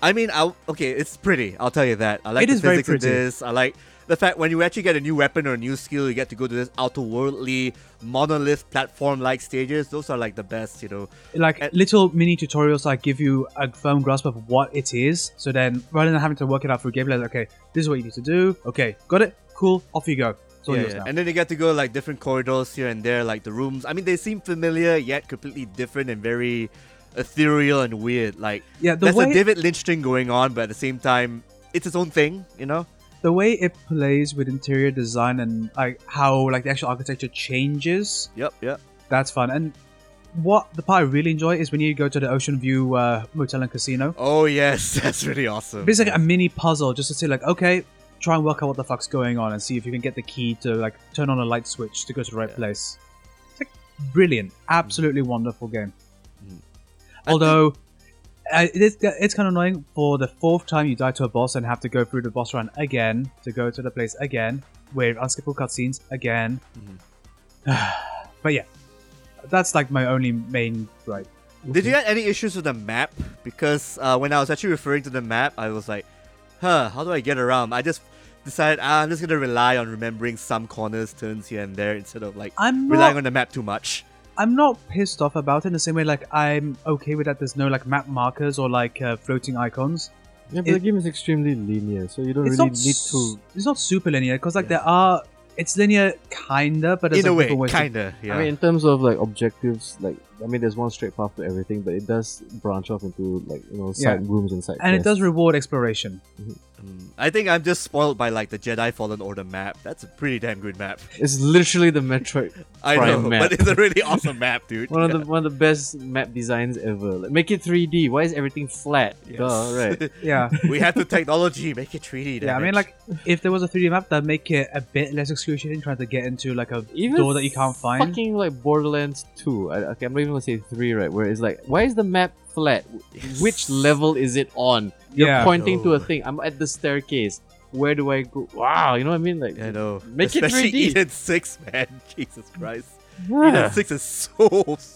Speaker 1: I mean, I, okay, it's pretty. I'll tell you that. I like
Speaker 3: It
Speaker 1: the
Speaker 3: is very
Speaker 1: physics in
Speaker 3: pretty.
Speaker 1: this. I like the fact when you actually get a new weapon or a new skill, you get to go to this outerworldly, monolith platform like stages. Those are like the best, you know.
Speaker 3: like
Speaker 1: And-
Speaker 3: little mini tutorials that give you a firm grasp of what it is. So then, rather than having to work it out through gameplay, like, okay, this is what you need to do. Okay, got it. Cool. Off you go. It's all
Speaker 1: Yeah,
Speaker 3: yours
Speaker 1: yeah.
Speaker 3: now.
Speaker 1: And then you get to go like different corridors here and there, like the rooms. I mean, they seem familiar yet completely different and very ethereal and weird. Like,
Speaker 3: yeah, the
Speaker 1: there's
Speaker 3: way
Speaker 1: a David Lynch thing going on, but at the same time, it's its own thing, you know?
Speaker 3: the way it plays with interior design and like how like the actual architecture changes.
Speaker 1: Yep, yep.
Speaker 3: That's fun. And what the part I really enjoy is when you go to the Ocean View uh, Motel and Casino.
Speaker 1: Oh, yes, that's really awesome.
Speaker 3: It's like a mini puzzle just to say like, okay, try and work out what the fuck's going on and see if you can get the key to like turn on a light switch to go to the right
Speaker 1: Yeah.
Speaker 3: place. It's like brilliant, absolutely wonderful game.
Speaker 1: Mm. I
Speaker 3: Although uh, it's, it's kind of annoying for the fourth time you die to a boss and have to go through the boss run again to go to the place again with unskippable cutscenes again.
Speaker 1: Mm-hmm.
Speaker 3: but yeah, that's like my only main gripe.
Speaker 1: Did you have any issues with the map? Because uh, when I was actually referring to the map, I was like, huh, how do I get around? I just decided ah, I'm just going to rely on remembering some corners, turns here and there instead of like
Speaker 3: I'm not
Speaker 1: relying on the map too much.
Speaker 3: I'm not pissed off about it in the same way like I'm okay with that there's no like map markers or like uh, floating icons.
Speaker 2: Yeah, but
Speaker 3: It-
Speaker 2: the game is extremely linear, so you don't
Speaker 3: It's
Speaker 2: really
Speaker 3: not
Speaker 2: need to.
Speaker 3: s- it's not super linear because like
Speaker 1: Yeah.
Speaker 3: there are it's linear kinda but there's
Speaker 1: In a
Speaker 3: like,
Speaker 1: way,
Speaker 3: different ways to-
Speaker 1: kinda. Yeah.
Speaker 2: I mean, in terms of like objectives, like I mean, there's one straight path to everything, but it does branch off into like you know side rooms and side.
Speaker 3: and it
Speaker 2: quests.
Speaker 3: does reward exploration.
Speaker 1: Mm, I think I'm just spoiled by like the Jedi Fallen Order map. That's a pretty damn good map.
Speaker 2: It's literally the Metroid
Speaker 1: I
Speaker 2: Prime
Speaker 1: know,
Speaker 2: map.
Speaker 1: but it's a really awesome map, dude.
Speaker 2: One of the one of the best map designs ever. Like, make it 3D. Why is everything flat?
Speaker 1: Yes.
Speaker 2: Duh, right.
Speaker 3: Yeah.
Speaker 1: we had the technology, make it 3D.
Speaker 3: yeah, I
Speaker 1: damn
Speaker 3: mean
Speaker 1: it.
Speaker 3: like if there was a 3D map that'd make it a bit less excruciating trying to get into like a
Speaker 2: Even
Speaker 3: door that you can't find.
Speaker 2: Fucking like Borderlands 2. I, okay, I'm not even gonna say 3, right? Where it's like, why is the map flat?
Speaker 1: Yes.
Speaker 2: Which level is it on? You're
Speaker 3: Yeah. Oh.
Speaker 2: pointing to a
Speaker 1: No.
Speaker 2: thing. I'm at the staircase. Where do I go? Wow, you know what I mean? Like,
Speaker 1: I know.
Speaker 2: Make it
Speaker 1: Especially
Speaker 2: 3D.
Speaker 1: Eden 6, man. Jesus Christ. Eden
Speaker 2: yeah.
Speaker 1: 6 is so.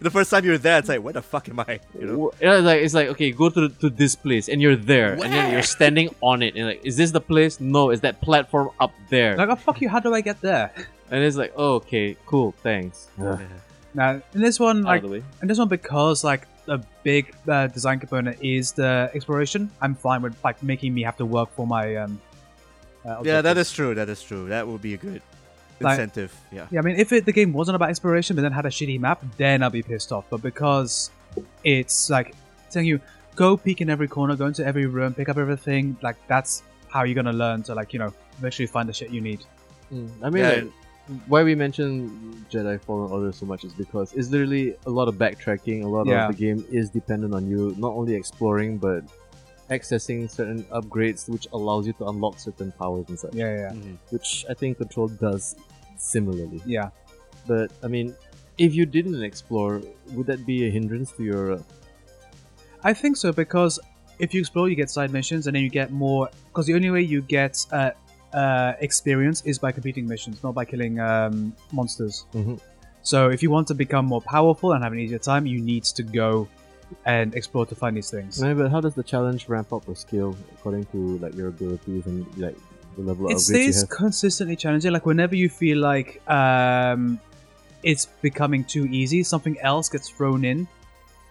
Speaker 1: The first time you're there, it's like, where the fuck am I? You know?
Speaker 2: Wh- yeah, like it's like okay, go to to this place, and you're there, and then
Speaker 1: Where?
Speaker 2: you're standing on it, and like, is this the place? No, is that platform up there?
Speaker 3: Like oh fuck you, how do I get there?
Speaker 2: And it's like, oh, okay, cool, thanks. Ugh.
Speaker 3: Now in this one
Speaker 2: Out
Speaker 3: like
Speaker 2: of the way.
Speaker 3: And this one because like the big uh, design component is the exploration. I'm fine with like making me have to work for my. Um, uh,
Speaker 1: Yeah, that
Speaker 3: objectives.
Speaker 1: is true. That is true. That would be a good
Speaker 3: Like-
Speaker 1: incentive. yeah.
Speaker 3: Yeah, I mean, if it, the game wasn't about exploration but then had a shitty map, then I'd be pissed off. But because it's like telling you go peek in every corner, go into every room, pick up everything, like that's how you're gonna learn to like you know eventually find the shit you need.
Speaker 2: Mm, I mean,
Speaker 1: Yeah,
Speaker 2: like, why we mention Jedi Fallen Order so much is because it's literally a lot of backtracking. A lot
Speaker 3: Yeah.
Speaker 2: of the game is dependent on you not only exploring but accessing certain upgrades, which allows you to unlock certain powers and such.
Speaker 3: Yeah, yeah,
Speaker 1: Mhm.
Speaker 2: Which I think Control does similarly.
Speaker 3: yeah.
Speaker 2: But I mean, if you didn't explore, would that be a hindrance to your? Uh,
Speaker 3: I think so because if you explore, you get side missions, and then you get more. Because the only way you get uh, uh, experience is by completing missions, not by killing um, monsters.
Speaker 2: Mhm.
Speaker 3: So if you want to become more powerful and have an easier time, you need to go and explore to find these things.
Speaker 2: no, but how does the challenge ramp up or scale according to like your abilities and like the level
Speaker 3: it
Speaker 2: of upgrades you
Speaker 3: stays
Speaker 2: have.
Speaker 3: consistently challenging. Like whenever you feel like um, it's becoming too easy, something else gets thrown in.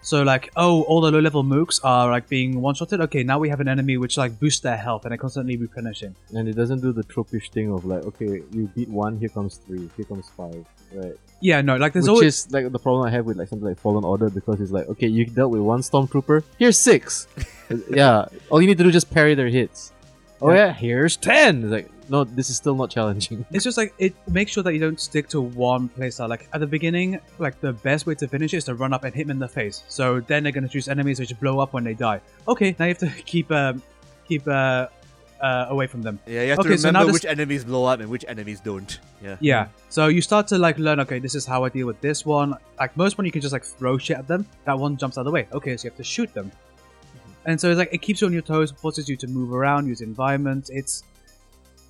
Speaker 3: So like, oh, all the low level mooks are like being one shotted. Okay, now we have an enemy which like boosts their health and are constantly replenishing.
Speaker 2: And it doesn't do the tropish thing of like, okay, you beat one, here comes three, here comes five, right?
Speaker 3: Yeah, no, like there's
Speaker 2: Which
Speaker 3: always
Speaker 2: is like the problem I have with like something like Fallen Order because it's like, okay, you dealt with one stormtrooper, here's six. yeah, all you need to do is just parry their hits. Oh yeah, here's ten. It's like, no, this is still not challenging.
Speaker 3: it's just like it makes sure that you don't stick to one playstyle. Like at the beginning, like the best way to finish is to run up and hit them in the face. So then they're gonna choose enemies which blow up when they die. Okay, now you have to keep um, keep uh, uh, away from them.
Speaker 1: Yeah, you have
Speaker 3: Okay,
Speaker 1: to
Speaker 3: so now
Speaker 1: remember
Speaker 3: this-
Speaker 1: which enemies blow up and which enemies don't. Yeah.
Speaker 3: Yeah. So you start to like learn. Okay, this is how I deal with this one. Like most one, you can just like throw shit at them. That one jumps out of the way. Okay, so you have to shoot them.
Speaker 1: Mm-hmm.
Speaker 3: And so it's like it keeps you on your toes, forces you to move around, use environment. It's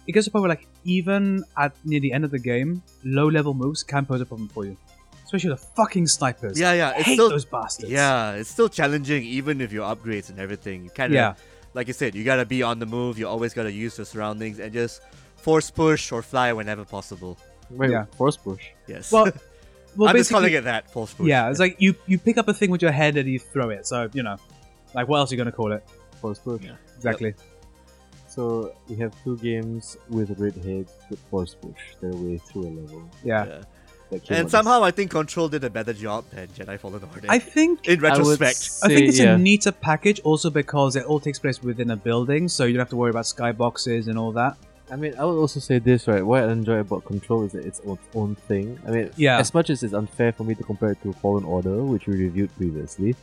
Speaker 3: it gets to a point where like even at near the end of the game, low level moves can pose a problem for you, especially the fucking snipers.
Speaker 1: Yeah, yeah.
Speaker 3: I
Speaker 1: It's
Speaker 3: hate
Speaker 1: still
Speaker 3: those bastards.
Speaker 1: Yeah, it's still challenging even if your upgrades and everything. You kinda
Speaker 3: Yeah.
Speaker 1: like you said, you gotta be on the move, you always gotta use your surroundings and just force push or fly whenever possible.
Speaker 2: Wait,
Speaker 3: Yeah.
Speaker 2: force push.
Speaker 1: Yes.
Speaker 3: Well, well,
Speaker 1: I'm just
Speaker 3: basically,
Speaker 1: calling it that, force push.
Speaker 3: yeah. It's like you you pick up a thing with your head and you throw it. So you know, like what else are you gonna call it?
Speaker 2: Force push.
Speaker 3: Exactly.
Speaker 2: So we have two games with red heads that force push their way through a level.
Speaker 3: Yeah.
Speaker 1: Yeah.
Speaker 2: That came out
Speaker 1: And
Speaker 2: as-
Speaker 1: somehow I think Control did a better job than Jedi Fallen Order.
Speaker 3: I think
Speaker 1: in
Speaker 2: I would
Speaker 1: retrospect.
Speaker 2: say,
Speaker 3: I think it's
Speaker 2: yeah.
Speaker 3: a neater package also because it all takes place within a building, so you don't have to worry about skyboxes and all that.
Speaker 2: I mean, I would also say this, right? What I enjoy about Control is that it's its own thing. I mean,
Speaker 3: Yeah.
Speaker 2: as much as it's unfair for me to compare it to Fallen Order, which we reviewed previously,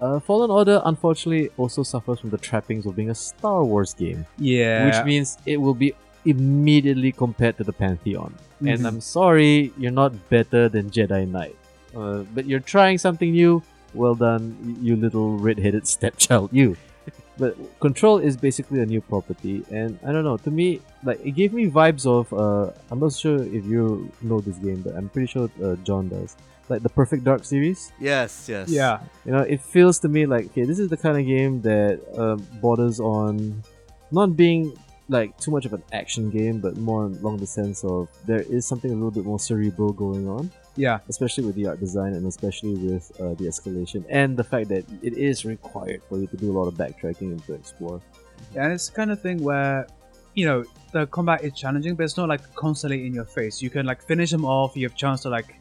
Speaker 2: uh, Fallen Order unfortunately also suffers from the trappings of being a Star Wars game,
Speaker 3: Yeah.
Speaker 2: which means it will be immediately compared to the Pantheon.
Speaker 3: Mm-hmm.
Speaker 2: And I'm sorry, you're not better than Jedi Knight. Uh, but you're trying something new. Well done, y- you little red-headed stepchild, you. but Control is basically a new property, and I don't know. To me, like it gave me vibes of. Uh, I'm not sure if you know this game, but I'm pretty sure uh, John does. Like the Perfect Dark series.
Speaker 1: yes, yes.
Speaker 3: yeah.
Speaker 2: You know, it feels to me like okay, this is the kind of game that uh, borders on not being like too much of an action game, but more along the sense of there is something a little bit more cerebral going on,
Speaker 3: Yeah.
Speaker 2: especially with the art design and especially with uh, the escalation and the fact that it is required for you to do a lot of backtracking and to explore.
Speaker 3: And it's the kind of thing where, you know, the combat is challenging, but it's not like constantly in your face. You can like finish them off, you have chance to like,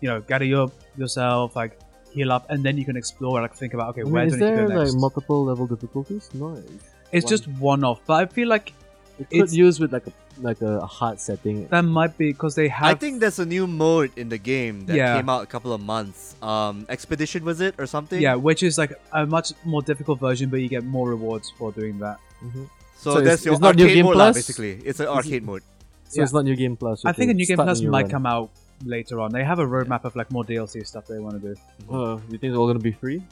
Speaker 3: you know, gather your yourself, like heal up, and then you can explore, like think about okay,
Speaker 2: I mean,
Speaker 3: where
Speaker 2: is
Speaker 3: do I
Speaker 2: there
Speaker 3: need to go
Speaker 2: like
Speaker 3: next?
Speaker 2: multiple level difficulties? No, it
Speaker 3: it's
Speaker 2: one-
Speaker 3: just one off. But I feel like
Speaker 2: it could
Speaker 3: It's-
Speaker 2: use with like a like a hard setting.
Speaker 3: that might be because they
Speaker 1: I
Speaker 3: have
Speaker 1: think there's a new mode in the game that
Speaker 3: Yeah.
Speaker 1: came out a couple of months. Um, Expedition was it or something?
Speaker 3: yeah, which is like a much more difficult version, but you get more rewards for doing that.
Speaker 2: Mhm.
Speaker 1: So,
Speaker 2: So it's-
Speaker 1: that's your
Speaker 2: it's not New
Speaker 1: arcade
Speaker 2: Game
Speaker 1: mode, lah,
Speaker 2: Plus?
Speaker 1: basically. It's an arcade mode.
Speaker 2: So it's not new game plus. you
Speaker 3: I think a
Speaker 2: have to
Speaker 3: new game
Speaker 2: start
Speaker 3: plus
Speaker 2: new
Speaker 3: might
Speaker 2: run.
Speaker 3: come out later on. They have a roadmap of like more DLC stuff they want to do. Mm,
Speaker 2: Uh, you think they're all gonna be free?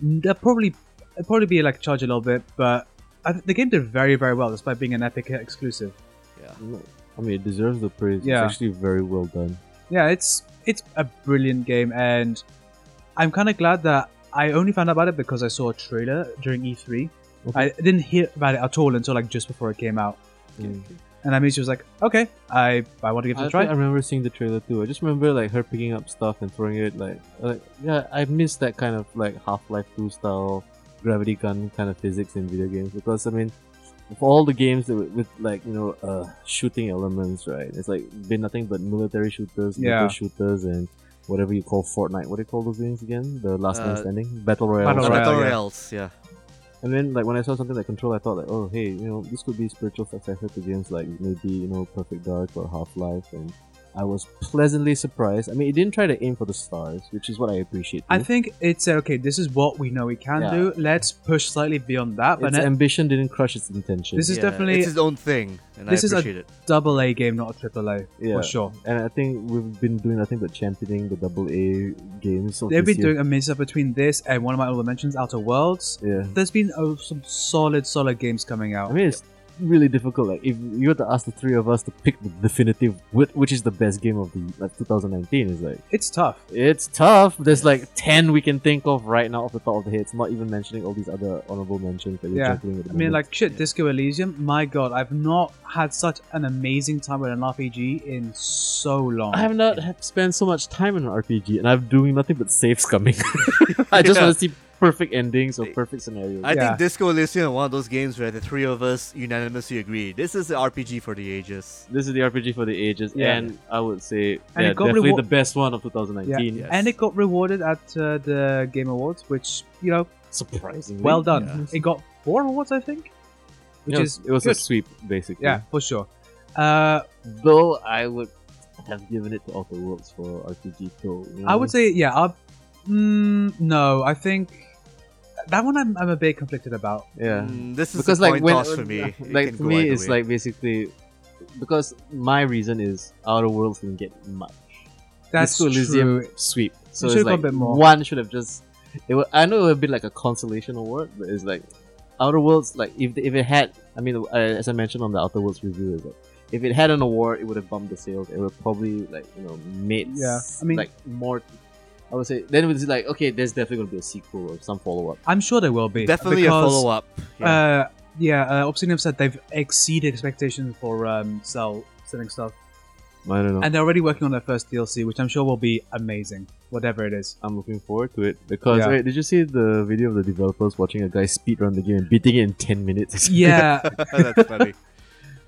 Speaker 3: They'll probably it'll probably be like charge a little bit, but I th- the game did very very well despite being an Epic exclusive.
Speaker 2: No, I mean, it deserves the praise.
Speaker 3: Yeah.
Speaker 2: It's actually very well done.
Speaker 3: Yeah, it's it's a brilliant game, and I'm kind of glad that I only found out about it because I saw a trailer during E3.
Speaker 2: Okay.
Speaker 3: I didn't hear about it at all until like just before it came out,
Speaker 2: Mm.
Speaker 3: and I mean she was like, okay, I I want to give it
Speaker 2: I,
Speaker 3: a try.
Speaker 2: think I remember seeing the trailer too. I just remember like her picking up stuff and throwing it like, like yeah, I miss that kind of like Half-Life 2 style gravity gun kind of physics in video games because I mean, of all the games that with, with like you know uh, shooting elements, right? It's like been nothing but military shooters,
Speaker 3: Yeah.
Speaker 2: local shooters, and whatever you call Fortnite. What do you call those games again? The Last Man
Speaker 1: Uh,
Speaker 2: Standing, Battle Royale.
Speaker 3: Battle
Speaker 1: Battle
Speaker 3: Royale, yeah.
Speaker 1: Royales, yeah.
Speaker 2: And then, like when I saw something like Control, I thought like, oh hey, you know, this could be spiritual successor to games like maybe you know Perfect Dark or Half Life, and I was pleasantly surprised. I mean, it didn't try to aim for the stars, which is what I appreciate.
Speaker 3: I
Speaker 2: too.
Speaker 3: think it said, okay, this is what we know we can
Speaker 2: Yeah.
Speaker 3: do. Let's push slightly beyond that, but
Speaker 2: its
Speaker 3: not-
Speaker 2: ambition didn't crush its intention.
Speaker 3: This is
Speaker 1: Yeah,
Speaker 3: definitely-
Speaker 1: it's his own thing, and I
Speaker 3: This is a-
Speaker 1: appreciate it.
Speaker 3: double A game, not a triple A,
Speaker 2: yeah.
Speaker 3: for sure.
Speaker 2: And I think we've been doing nothing but championing the double A games. Of
Speaker 3: They've
Speaker 2: this
Speaker 3: been
Speaker 2: year.
Speaker 3: doing a mix up between this and one of my other mentions, Outer Worlds.
Speaker 2: Yeah.
Speaker 3: There's been uh, some solid, solid games coming out.
Speaker 2: I mean, it's really difficult. Like if you were to ask the three of us to pick the definitive which, which is the best game of the like 2019, it's like
Speaker 3: It's tough.
Speaker 2: it's tough. There's like ten we can think of right now off the top of the heads. Not even mentioning all these other honorable mentions that we're
Speaker 3: Yeah.
Speaker 2: juggling at the
Speaker 3: I mean,
Speaker 2: moment.
Speaker 3: like shit, Disco Elysium. My god, I've not had such an amazing time with an RPG in so long.
Speaker 2: I have not have spent so much time in an RPG, and I'm doing nothing but save scumming. I just
Speaker 1: Yeah.
Speaker 2: want to see perfect endings or perfect scenarios.
Speaker 1: I
Speaker 3: Yeah.
Speaker 1: think Disco Elysium is one of those games where the three of us unanimously agree this is an RPG for the ages.
Speaker 2: this is the RPG for the ages,
Speaker 3: Yeah.
Speaker 2: and I would say
Speaker 3: And
Speaker 2: yeah,
Speaker 3: it got
Speaker 2: definitely
Speaker 3: reward-
Speaker 2: the best one of 2019.
Speaker 1: Yeah.
Speaker 3: and it got rewarded at uh, the Game Awards, which you know,
Speaker 2: Surprisingly,
Speaker 3: well done.
Speaker 1: Yeah.
Speaker 3: It got four awards, I think. Which
Speaker 2: Yeah,
Speaker 3: is
Speaker 2: it was a
Speaker 3: good.
Speaker 2: sweep basically.
Speaker 3: yeah, for sure. Uh,
Speaker 2: Though I would have given it to Outer Worlds for RPG though. you
Speaker 3: I
Speaker 2: know?
Speaker 3: would say, yeah. I, mm, no, I think that one I'm, I'm a bit conflicted about.
Speaker 2: Yeah.
Speaker 1: Mm, this is
Speaker 2: because
Speaker 1: a
Speaker 2: like
Speaker 1: coin
Speaker 2: when
Speaker 1: toss for me. It
Speaker 2: like
Speaker 1: can
Speaker 2: for
Speaker 1: go
Speaker 2: me
Speaker 1: either
Speaker 2: it's
Speaker 1: way.
Speaker 2: like basically because my reason is Outer Worlds didn't get much.
Speaker 3: That's
Speaker 2: Disco Elysium
Speaker 3: true.
Speaker 2: sweep. So
Speaker 3: should've
Speaker 2: it's
Speaker 3: got a
Speaker 2: like
Speaker 3: bit more.
Speaker 2: one should have just. It would, I know it would be like a consolation award, but it's like Outer Worlds. Like if if it had, I mean, uh, as I mentioned on the Outer Worlds review, is like if it had an award, it would have bumped the sales. It would probably like you know made
Speaker 3: Yeah,
Speaker 2: s-
Speaker 3: I mean-
Speaker 2: like more. I would say then it was like okay, there's definitely gonna be a sequel or some follow up.
Speaker 3: I'm sure there will be
Speaker 1: Definitely a follow up. Yeah.
Speaker 3: Uh, yeah, uh, Obsidian have said they've exceeded expectations for um, Cell selling stuff,
Speaker 2: I don't know.
Speaker 3: and they're already working on their first DLC, which I'm sure will be amazing, whatever it is.
Speaker 2: I'm looking forward to it because
Speaker 3: Yeah.
Speaker 2: wait, did you see the video of the developers watching a guy speedrun the game and beating it in ten minutes?
Speaker 3: Yeah,
Speaker 1: That's funny.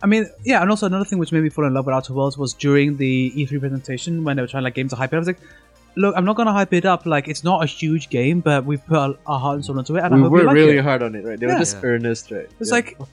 Speaker 3: I mean, yeah, and also another thing which made me fall in love with Outer Worlds was during the E3 presentation when they were trying like game to hype it. I was like, look, I'm not gonna hype it up. Like, it's not a huge game, but we've put our- our heart and soul into it, and
Speaker 2: we
Speaker 3: I hope we
Speaker 2: worked
Speaker 3: like
Speaker 2: really
Speaker 3: it.
Speaker 2: hard on it, right? They
Speaker 3: Yeah.
Speaker 2: were just earnest, right?
Speaker 3: It's
Speaker 2: Yeah.
Speaker 3: like,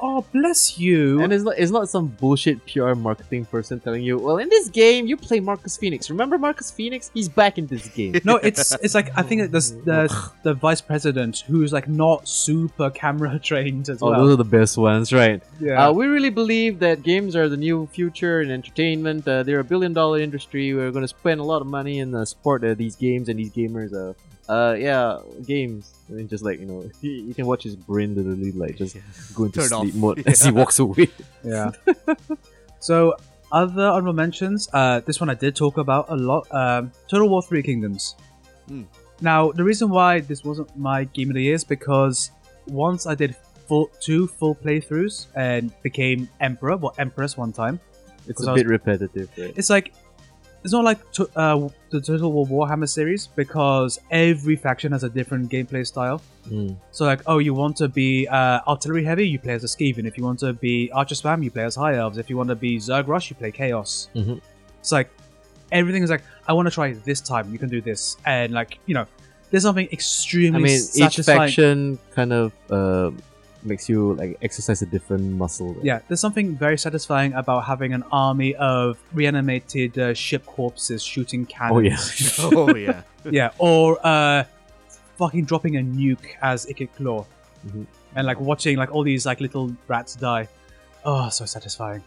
Speaker 3: oh, bless you.
Speaker 2: And it's not, it's not some bullshit PR marketing person telling you, well, in this game, you play Marcus Phoenix. Remember Marcus Phoenix? He's back in this game.
Speaker 3: no, it's it's like I think that there's the the vice president who's like not super camera trained as
Speaker 2: oh,
Speaker 3: well.
Speaker 2: those are the best ones, right?
Speaker 3: yeah.
Speaker 2: Uh, we really believe that games are the new future in entertainment. Uh, they're a billion dollar industry. We're going to spend a lot of money and uh, support uh, these games and these gamers. Uh, uh, yeah, games. And then just like, you know, you, you can watch his brain literally like just go into
Speaker 1: Turn off.
Speaker 2: sleep mode as he walks away.
Speaker 3: Yeah. so other honorable mentions. Uh, this one I did talk about a lot. Um, Total War: Three Kingdoms.
Speaker 1: Hmm.
Speaker 3: Now the reason why this wasn't my game of the year is because once I did full, two full playthroughs and became emperor, well empress one time.
Speaker 2: It's
Speaker 3: Because I
Speaker 2: a
Speaker 3: was-
Speaker 2: bit repetitive, right?
Speaker 3: It's like it's not like to, uh, the Total War Warhammer series because every faction has a different gameplay style.
Speaker 2: Mm.
Speaker 3: So like, oh, you want to be uh, artillery heavy, you play as a Skaven. If you want to be archer spam, you play as high elves. If you want to be Zerg rush, you play chaos.
Speaker 2: Mhm.
Speaker 3: It's like everything is like, I want to try this time. You can do this, and like you know, there's something extremely
Speaker 2: I mean, each
Speaker 3: satisfying.
Speaker 2: faction kind of uh, makes you like exercise a different muscle. right?
Speaker 3: yeah, there's something very satisfying about having an army of reanimated uh, ship corpses shooting cannons.
Speaker 2: Oh yeah.
Speaker 1: oh, yeah.
Speaker 3: yeah, or uh, fucking dropping a nuke as Ikit Claw,
Speaker 2: Mhm.
Speaker 3: and like watching like all these like little rats die. Oh, so satisfying.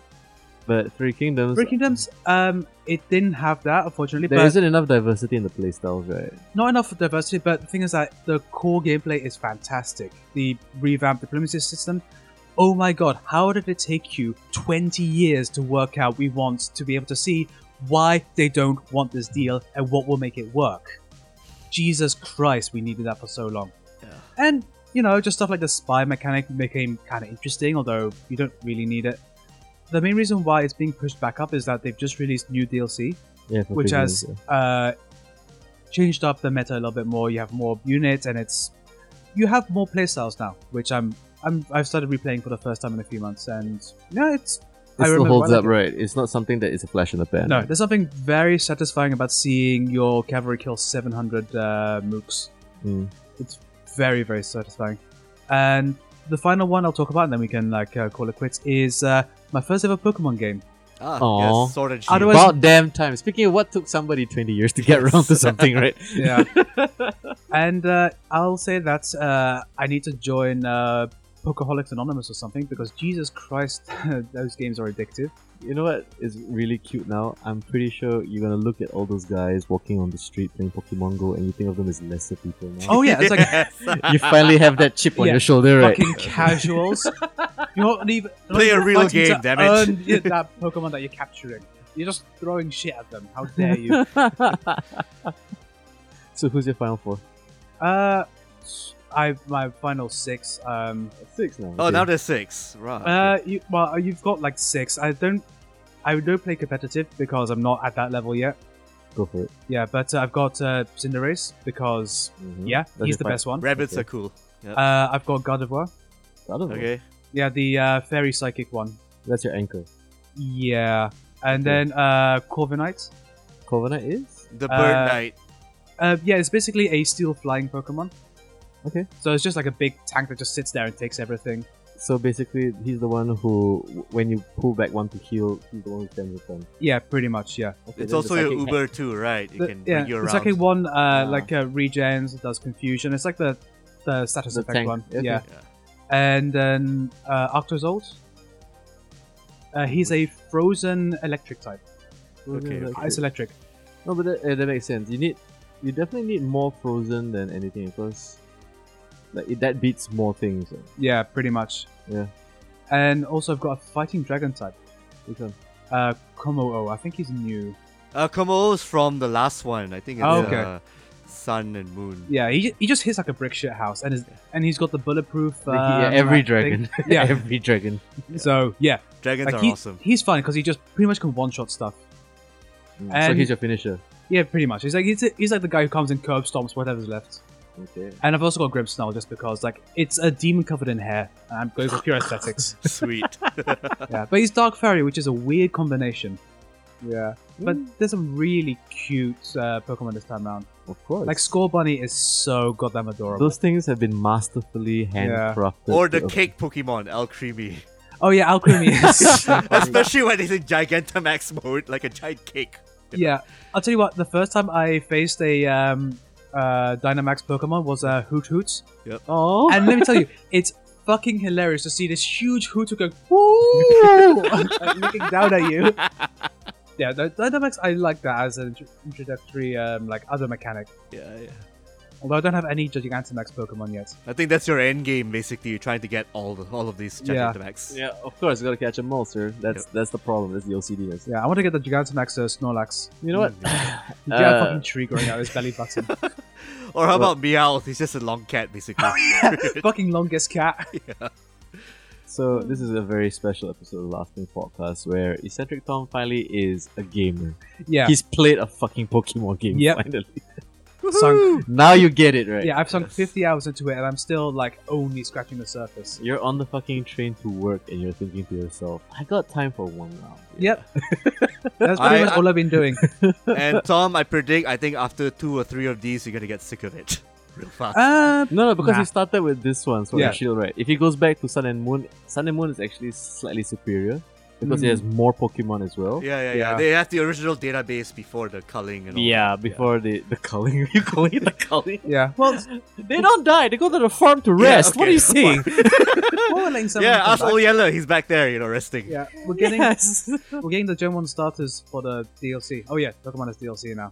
Speaker 2: but Three Kingdoms.
Speaker 3: Three Kingdoms, um, it didn't have that unfortunately,
Speaker 2: There
Speaker 3: but
Speaker 2: not enough diversity in the playstyles, right?
Speaker 3: not enough diversity. But the thing is that the core gameplay is fantastic. The revamped diplomacy system. Oh my god, how did it take you 20 years to work out we want to be able to see why they don't want this deal and what will make it work? Jesus Christ, we needed that for so long.
Speaker 1: Yeah.
Speaker 3: And, you know, just stuff like the spy mechanic became kind of interesting, although you don't really need it. The main reason why it's being pushed back up is that they've just released new DLC,
Speaker 2: Yeah. for
Speaker 3: which
Speaker 2: Three
Speaker 3: has
Speaker 2: Kingdoms,
Speaker 3: uh, changed up the meta a little bit more. You have more units, and it's you have more playstyles now, which I'm, I'm I've started replaying for the first time in a few months, and yeah, it's
Speaker 2: yeah.
Speaker 3: I
Speaker 2: It still
Speaker 3: remember
Speaker 2: holds
Speaker 3: I
Speaker 2: up,
Speaker 3: like
Speaker 2: right? It's not something that is a flash in the pan.
Speaker 3: no, there's something very satisfying about seeing your cavalry kill 700 uh, mooks.
Speaker 2: Mm.
Speaker 3: Very very satisfying. And the final one I'll talk about, and then we can like uh, call it quits. Is uh, my first ever Pokemon game.
Speaker 1: Ah,
Speaker 2: Aw.
Speaker 1: yes, Sword and Shield.
Speaker 3: Otherwise-
Speaker 2: About damn time. Speaking of what took somebody 20 years to get around to something, right?
Speaker 3: yeah. and uh, I'll say that uh, I need to join uh, Pokeholics Anonymous or something because Jesus Christ, those games are addictive.
Speaker 2: You know what is really cute now? I'm pretty sure you're gonna look at all those guys walking on the street playing Pokemon Go and you think of them as lesser people now.
Speaker 3: Oh yeah, it's like
Speaker 1: Yes.
Speaker 2: you finally have that chip on
Speaker 3: Yeah,
Speaker 2: your shoulder, right?
Speaker 3: fucking casuals. You're not even you're not
Speaker 1: Play a
Speaker 3: even
Speaker 1: real
Speaker 3: fighting to
Speaker 1: game, damn it.
Speaker 3: earn y- that Pokemon that you're capturing. You're just throwing shit at them. How dare you?
Speaker 2: so who's your final four?
Speaker 3: uh, I my final six. Um,
Speaker 2: Six now.
Speaker 1: Oh,
Speaker 2: okay.
Speaker 1: now there's six. Right.
Speaker 3: uh, you, well, you've got like six. I don't. I don't play competitive because I'm not at that level yet.
Speaker 2: go for it.
Speaker 3: Yeah, but uh, I've got uh, Cinderace because
Speaker 2: Mhm.
Speaker 3: yeah,
Speaker 2: Let me
Speaker 3: he's the
Speaker 2: find-
Speaker 3: best one.
Speaker 1: Rabbits
Speaker 2: okay.
Speaker 1: are cool.
Speaker 3: Uh, I've got Gardevoir.
Speaker 2: I
Speaker 3: Oh.
Speaker 2: don't know.
Speaker 1: Okay.
Speaker 3: Yeah, the uh, fairy psychic one.
Speaker 2: That's your anchor.
Speaker 3: Yeah, and
Speaker 2: Okay.
Speaker 3: then uh, Corviknight.
Speaker 2: Covenant is
Speaker 1: The
Speaker 3: Uh,
Speaker 1: bird knight.
Speaker 3: Uh, yeah, it's basically a steel flying Pokemon.
Speaker 2: Okay.
Speaker 3: So it's just like a big tank that just sits there and takes everything.
Speaker 2: so basically he's the one who when you pull back one to heal, he's the one who stands with them.
Speaker 3: Yeah, pretty much. Yeah.
Speaker 2: Okay,
Speaker 1: It's
Speaker 2: then
Speaker 1: also
Speaker 2: the
Speaker 1: your
Speaker 2: psychic
Speaker 1: Uber too, right? You
Speaker 3: The-
Speaker 1: can
Speaker 3: yeah,
Speaker 1: bring you
Speaker 3: it's
Speaker 1: around.
Speaker 3: like a one uh,
Speaker 2: Ah.
Speaker 3: like uh, regens it does confusion. It's like the the status
Speaker 2: The
Speaker 3: effect
Speaker 2: tank,
Speaker 3: one.
Speaker 2: okay.
Speaker 3: Yeah.
Speaker 1: Yeah.
Speaker 3: And then uh, Arctozolt. Uh, he's a frozen electric type.
Speaker 2: ha-
Speaker 1: Okay, okay.
Speaker 2: Yeah, that's
Speaker 3: Ice
Speaker 2: true.
Speaker 3: electric.
Speaker 2: No, but that, uh, that makes sense. You need, you definitely need more frozen than anything because, like, it, that beats more things. uh,
Speaker 3: Yeah, pretty much.
Speaker 2: Yeah.
Speaker 3: And also, I've got a fighting dragon type.
Speaker 2: Which one?
Speaker 3: Uh, Komo-o. I think he's new.
Speaker 1: Uh, Komodo's from the last one. I think it's
Speaker 3: Oh, okay.
Speaker 1: uh, Sun and Moon.
Speaker 3: Yeah, he, he just hits like a brick shit house, and is, and he's got the bulletproof. Um,
Speaker 2: yeah, every
Speaker 3: uh,
Speaker 2: dragon.
Speaker 3: thing. Yeah.
Speaker 2: every dragon.
Speaker 3: So yeah,
Speaker 1: Dragons
Speaker 3: like
Speaker 1: are
Speaker 3: he,
Speaker 1: awesome.
Speaker 3: he's fine because he just pretty much can one shot stuff.
Speaker 2: Mm, so
Speaker 3: And-
Speaker 2: he's your finisher.
Speaker 3: Yeah, pretty much. He's like he's, he's like the guy who comes and curb stomps whatever's left.
Speaker 2: Okay.
Speaker 3: And I've also got Grimmsnarl just because like it's a demon covered in hair, and I'm going for pure aesthetics.
Speaker 1: Sweet.
Speaker 3: yeah, but he's Dark Fairy, which is a weird combination. Yeah, but there's some really cute uh, Pokemon this time around.
Speaker 2: Of course.
Speaker 3: Like Score Bunny is so goddamn adorable.
Speaker 2: those things have been masterfully handcrafted.
Speaker 1: or the
Speaker 2: to-
Speaker 1: cake Pokemon, El Creamy.
Speaker 3: Oh yeah, Alcremie is.
Speaker 1: Especially when it's in Gigantamax mode, like a giant cake.
Speaker 3: yeah, I'll tell you what. The first time I faced a um, uh, Dynamax Pokemon was uh, Hoot Hoot,
Speaker 2: Oh.
Speaker 3: and let me tell you, it's fucking hilarious to see this huge Hoot Hoot go woo, like, looking down at you. Yeah, the Dynamax. I like that as an intro- introductory, um, like other mechanic.
Speaker 1: Yeah, yeah.
Speaker 3: Although I don't have any Gigantamax Pokemon yet.
Speaker 1: I think that's your end game, basically. You're trying to get all the, all of these
Speaker 3: Yeah.
Speaker 1: Gigantamax.
Speaker 2: yeah, of course, you gotta catch them all, sir. That's that's the problem. That's the OCD.
Speaker 3: Yeah, I want to get the Gigantamax uh, Snorlax.
Speaker 2: You know what?
Speaker 1: Mm,
Speaker 3: You have a
Speaker 2: Uh,
Speaker 3: fucking tree growing out of his belly button.
Speaker 1: Or how
Speaker 2: Well-
Speaker 1: about Meowth? He's just a long cat, basically.
Speaker 3: fucking longest cat.
Speaker 2: So this is a very special episode of Lasting Podcast where eccentric Tom finally is a gamer.
Speaker 3: Yeah.
Speaker 2: He's played a fucking Pokemon game
Speaker 3: Yep.
Speaker 2: finally.
Speaker 3: sunk.
Speaker 2: Now you get it right.
Speaker 3: Yeah, I've sunk
Speaker 1: Yes.
Speaker 3: 50 hours into it and I'm still like only scratching the surface.
Speaker 2: You're on the fucking train to work and you're thinking to yourself, I got time for one round.
Speaker 3: Yep. That's pretty
Speaker 1: I-
Speaker 3: much all I've been doing.
Speaker 1: and Tom, I predict, I think after two or three of these, you're going to get sick of it real fast.
Speaker 3: Uh,
Speaker 2: No, no, because
Speaker 3: Nah.
Speaker 2: he started with this one, Sword
Speaker 3: Yeah.
Speaker 2: and Shield, right? If he goes back to Sun and Moon, Sun and Moon is actually slightly superior because it has more Pokemon as well.
Speaker 1: yeah, yeah, yeah,
Speaker 3: yeah.
Speaker 1: They have the original database before the culling and all.
Speaker 2: Yeah, before the the culling, are you calling it the culling?
Speaker 3: yeah. Well,
Speaker 2: They don't die. They go to the farm to rest. What are you saying?
Speaker 3: we're letting someone
Speaker 1: yeah,
Speaker 3: come
Speaker 1: ask
Speaker 3: back.
Speaker 1: Old Yeller. He's back there, you know, resting.
Speaker 3: Yeah, we're getting
Speaker 2: Yes.
Speaker 3: we're getting the Gen 1 starters for the DLC. Oh yeah, Pokemon is DLC now.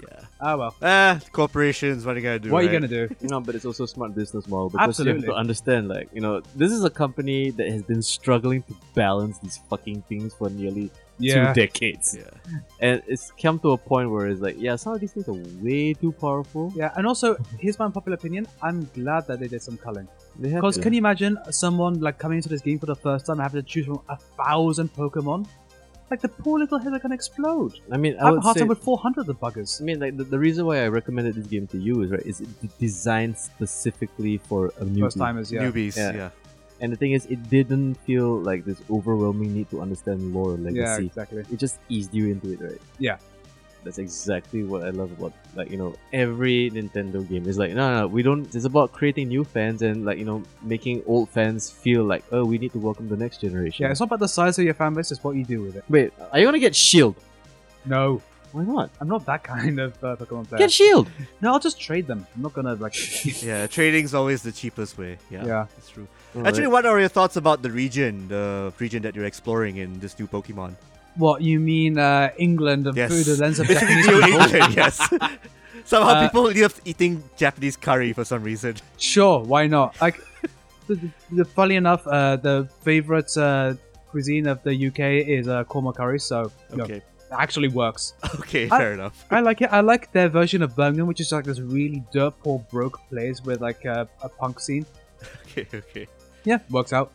Speaker 1: Yeah.
Speaker 3: Ah well.
Speaker 1: Ah, corporations, what are you going to do?
Speaker 3: what are you
Speaker 1: right?
Speaker 3: gonna do?
Speaker 2: No, but it's also a smart business model because you
Speaker 3: Absolutely.
Speaker 2: have to understand, like, you know, this is a company that has been struggling to balance these fucking things for nearly
Speaker 3: Yeah.
Speaker 2: two decades.
Speaker 1: Yeah.
Speaker 2: And it's come to a point where it's like, yeah, some of these things are way too powerful.
Speaker 3: Yeah, and also here's my unpopular opinion. I'm glad that they did some culling.
Speaker 2: They have
Speaker 3: Because
Speaker 2: to.
Speaker 3: can you imagine someone like coming into this game for the first time and having to choose from a thousand Pokemon? Like the poor little head are gonna explode.
Speaker 2: I mean, I
Speaker 3: I have a
Speaker 2: would
Speaker 3: hard
Speaker 2: say,
Speaker 3: time with 400 of the buggers.
Speaker 2: I mean, like, the, the reason why I recommended this game to you is, right, is it d- designed specifically for a new
Speaker 3: First timers, yeah.
Speaker 1: Newbies,
Speaker 2: Yeah.
Speaker 1: yeah.
Speaker 2: And the thing is, it didn't feel like this overwhelming need to understand lore or legacy.
Speaker 3: Yeah, exactly.
Speaker 2: it just eased you into it, right?
Speaker 3: Yeah.
Speaker 2: That's exactly what I love about like you know every Nintendo game. It's like no, no, we don't. It's about creating new fans and like you know making old fans feel like oh, we need to welcome the next generation.
Speaker 3: Yeah, it's not about the size of your fan base, it's what you do with it.
Speaker 2: Wait, are you gonna get Shield?
Speaker 3: No,
Speaker 2: Why not?
Speaker 3: I'm not that kind of uh, Pokemon player.
Speaker 2: Get Shield.
Speaker 3: no, I'll just trade them. I'm not gonna, like.
Speaker 1: Yeah, trading's always the cheapest way. Yeah,
Speaker 3: Yeah.
Speaker 1: that's true. Actually, what are your thoughts about the region, the region that you're exploring in this new Pokemon?
Speaker 3: What, you mean uh, England and
Speaker 1: Yes.
Speaker 3: food and lens of
Speaker 1: Basically,
Speaker 3: Japanese
Speaker 1: New
Speaker 3: people?
Speaker 1: England, yes. Somehow
Speaker 3: Uh,
Speaker 1: people love eating Japanese curry for some reason.
Speaker 3: Sure, why not? Like, the, the, funny enough, uh, the favorite uh, cuisine of the UK is uh, korma curry, so you know,
Speaker 1: Okay.
Speaker 3: it actually works.
Speaker 1: Okay,
Speaker 3: I-
Speaker 1: fair enough.
Speaker 3: I like it. I like their version of Birmingham, which is like this really dirt poor broke place with like a, a punk scene.
Speaker 1: Okay, okay.
Speaker 3: Yeah, works out.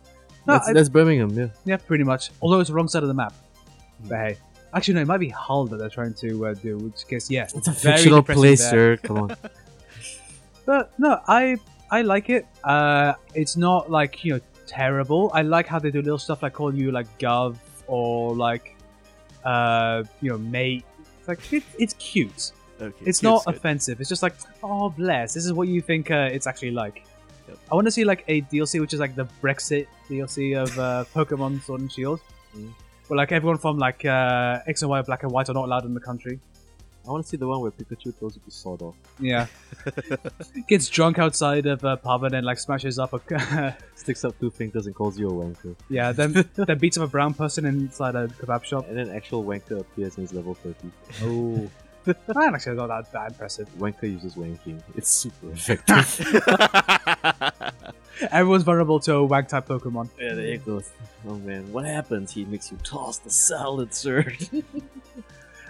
Speaker 3: No,
Speaker 2: that's,
Speaker 3: I-
Speaker 2: that's Birmingham, yeah.
Speaker 3: yeah, pretty much. Although it's the wrong side of the map.
Speaker 1: Hmm.
Speaker 3: But hey, actually no, it might be Hull that they're trying to uh, do. Which case, yeah,
Speaker 2: It's a
Speaker 3: very
Speaker 2: fictional
Speaker 3: depressing
Speaker 2: place, sir.
Speaker 3: there.
Speaker 2: Come on.
Speaker 3: But no, I I like it. Uh, it's not like you know terrible. I like how they do little stuff like call you like Gov or like uh you know mate. It's like it, it's cute.
Speaker 1: Okay.
Speaker 3: It's
Speaker 1: good,
Speaker 3: not
Speaker 1: good.
Speaker 3: offensive. It's just like oh bless. This is what you think uh, it's actually like.
Speaker 1: Yep.
Speaker 3: I want to see like a DLC which is like the Brexit DLC of uh, Pokemon Sword and Shield.
Speaker 2: Mm.
Speaker 3: Where like everyone from like uh, X and Y, Black and White are not allowed in the country.
Speaker 2: I want to see the one where Pikachu throws a sword off.
Speaker 3: Yeah. Gets drunk outside of a pub and then like smashes up a
Speaker 2: Sticks up two fingers and calls you a wanker.
Speaker 3: yeah. Then then beats up a brown person inside a kebab shop.
Speaker 2: And then actual wanker appears and is level 30.
Speaker 3: Oh, man, actually it's not that, that impressive.
Speaker 2: Wanker uses wanking. It's super effective.
Speaker 3: Everyone's vulnerable to a wag type Pokemon.
Speaker 2: yeah, there it goes. Oh man, what happens? He makes you toss the salad, sir.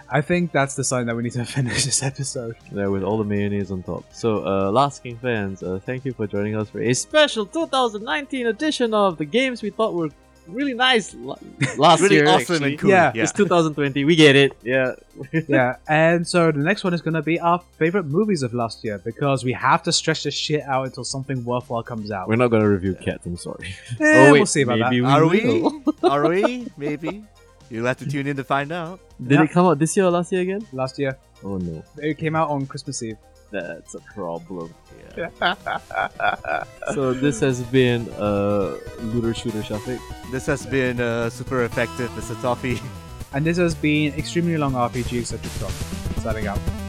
Speaker 3: I think that's the sign that we need to finish this episode.
Speaker 2: there with all the mayonnaise on top. So, uh, Last King fans, uh, thank you for joining us for a special 2019 edition of the games we thought were really nice la- last
Speaker 1: really
Speaker 2: year.
Speaker 1: awesome
Speaker 2: actually.
Speaker 1: and cool.
Speaker 3: Yeah.
Speaker 2: It's 2020. We get it. Yeah.
Speaker 3: yeah, and so the next one is going to be our favorite movies of last year because we have to stretch this shit out until something worthwhile comes out.
Speaker 2: We're not gonna review cats. I'm sorry.
Speaker 3: Eh, we'll see about that.
Speaker 2: maybe
Speaker 1: Are we?
Speaker 2: will.
Speaker 1: Are we? Maybe. You'll have to tune in to find out.
Speaker 2: Did
Speaker 3: Yeah.
Speaker 2: it come out this year or last year again?
Speaker 3: Last year,
Speaker 2: Oh no,
Speaker 3: it came out on Christmas Eve.
Speaker 2: that's a problem.
Speaker 1: Yeah.
Speaker 2: so this has been uh, looter shooter Shafiq.
Speaker 1: This has been uh, super effective, Mr. Toffee.
Speaker 3: And this has been Extremely Long RPG Eccentric Talk. Signing out.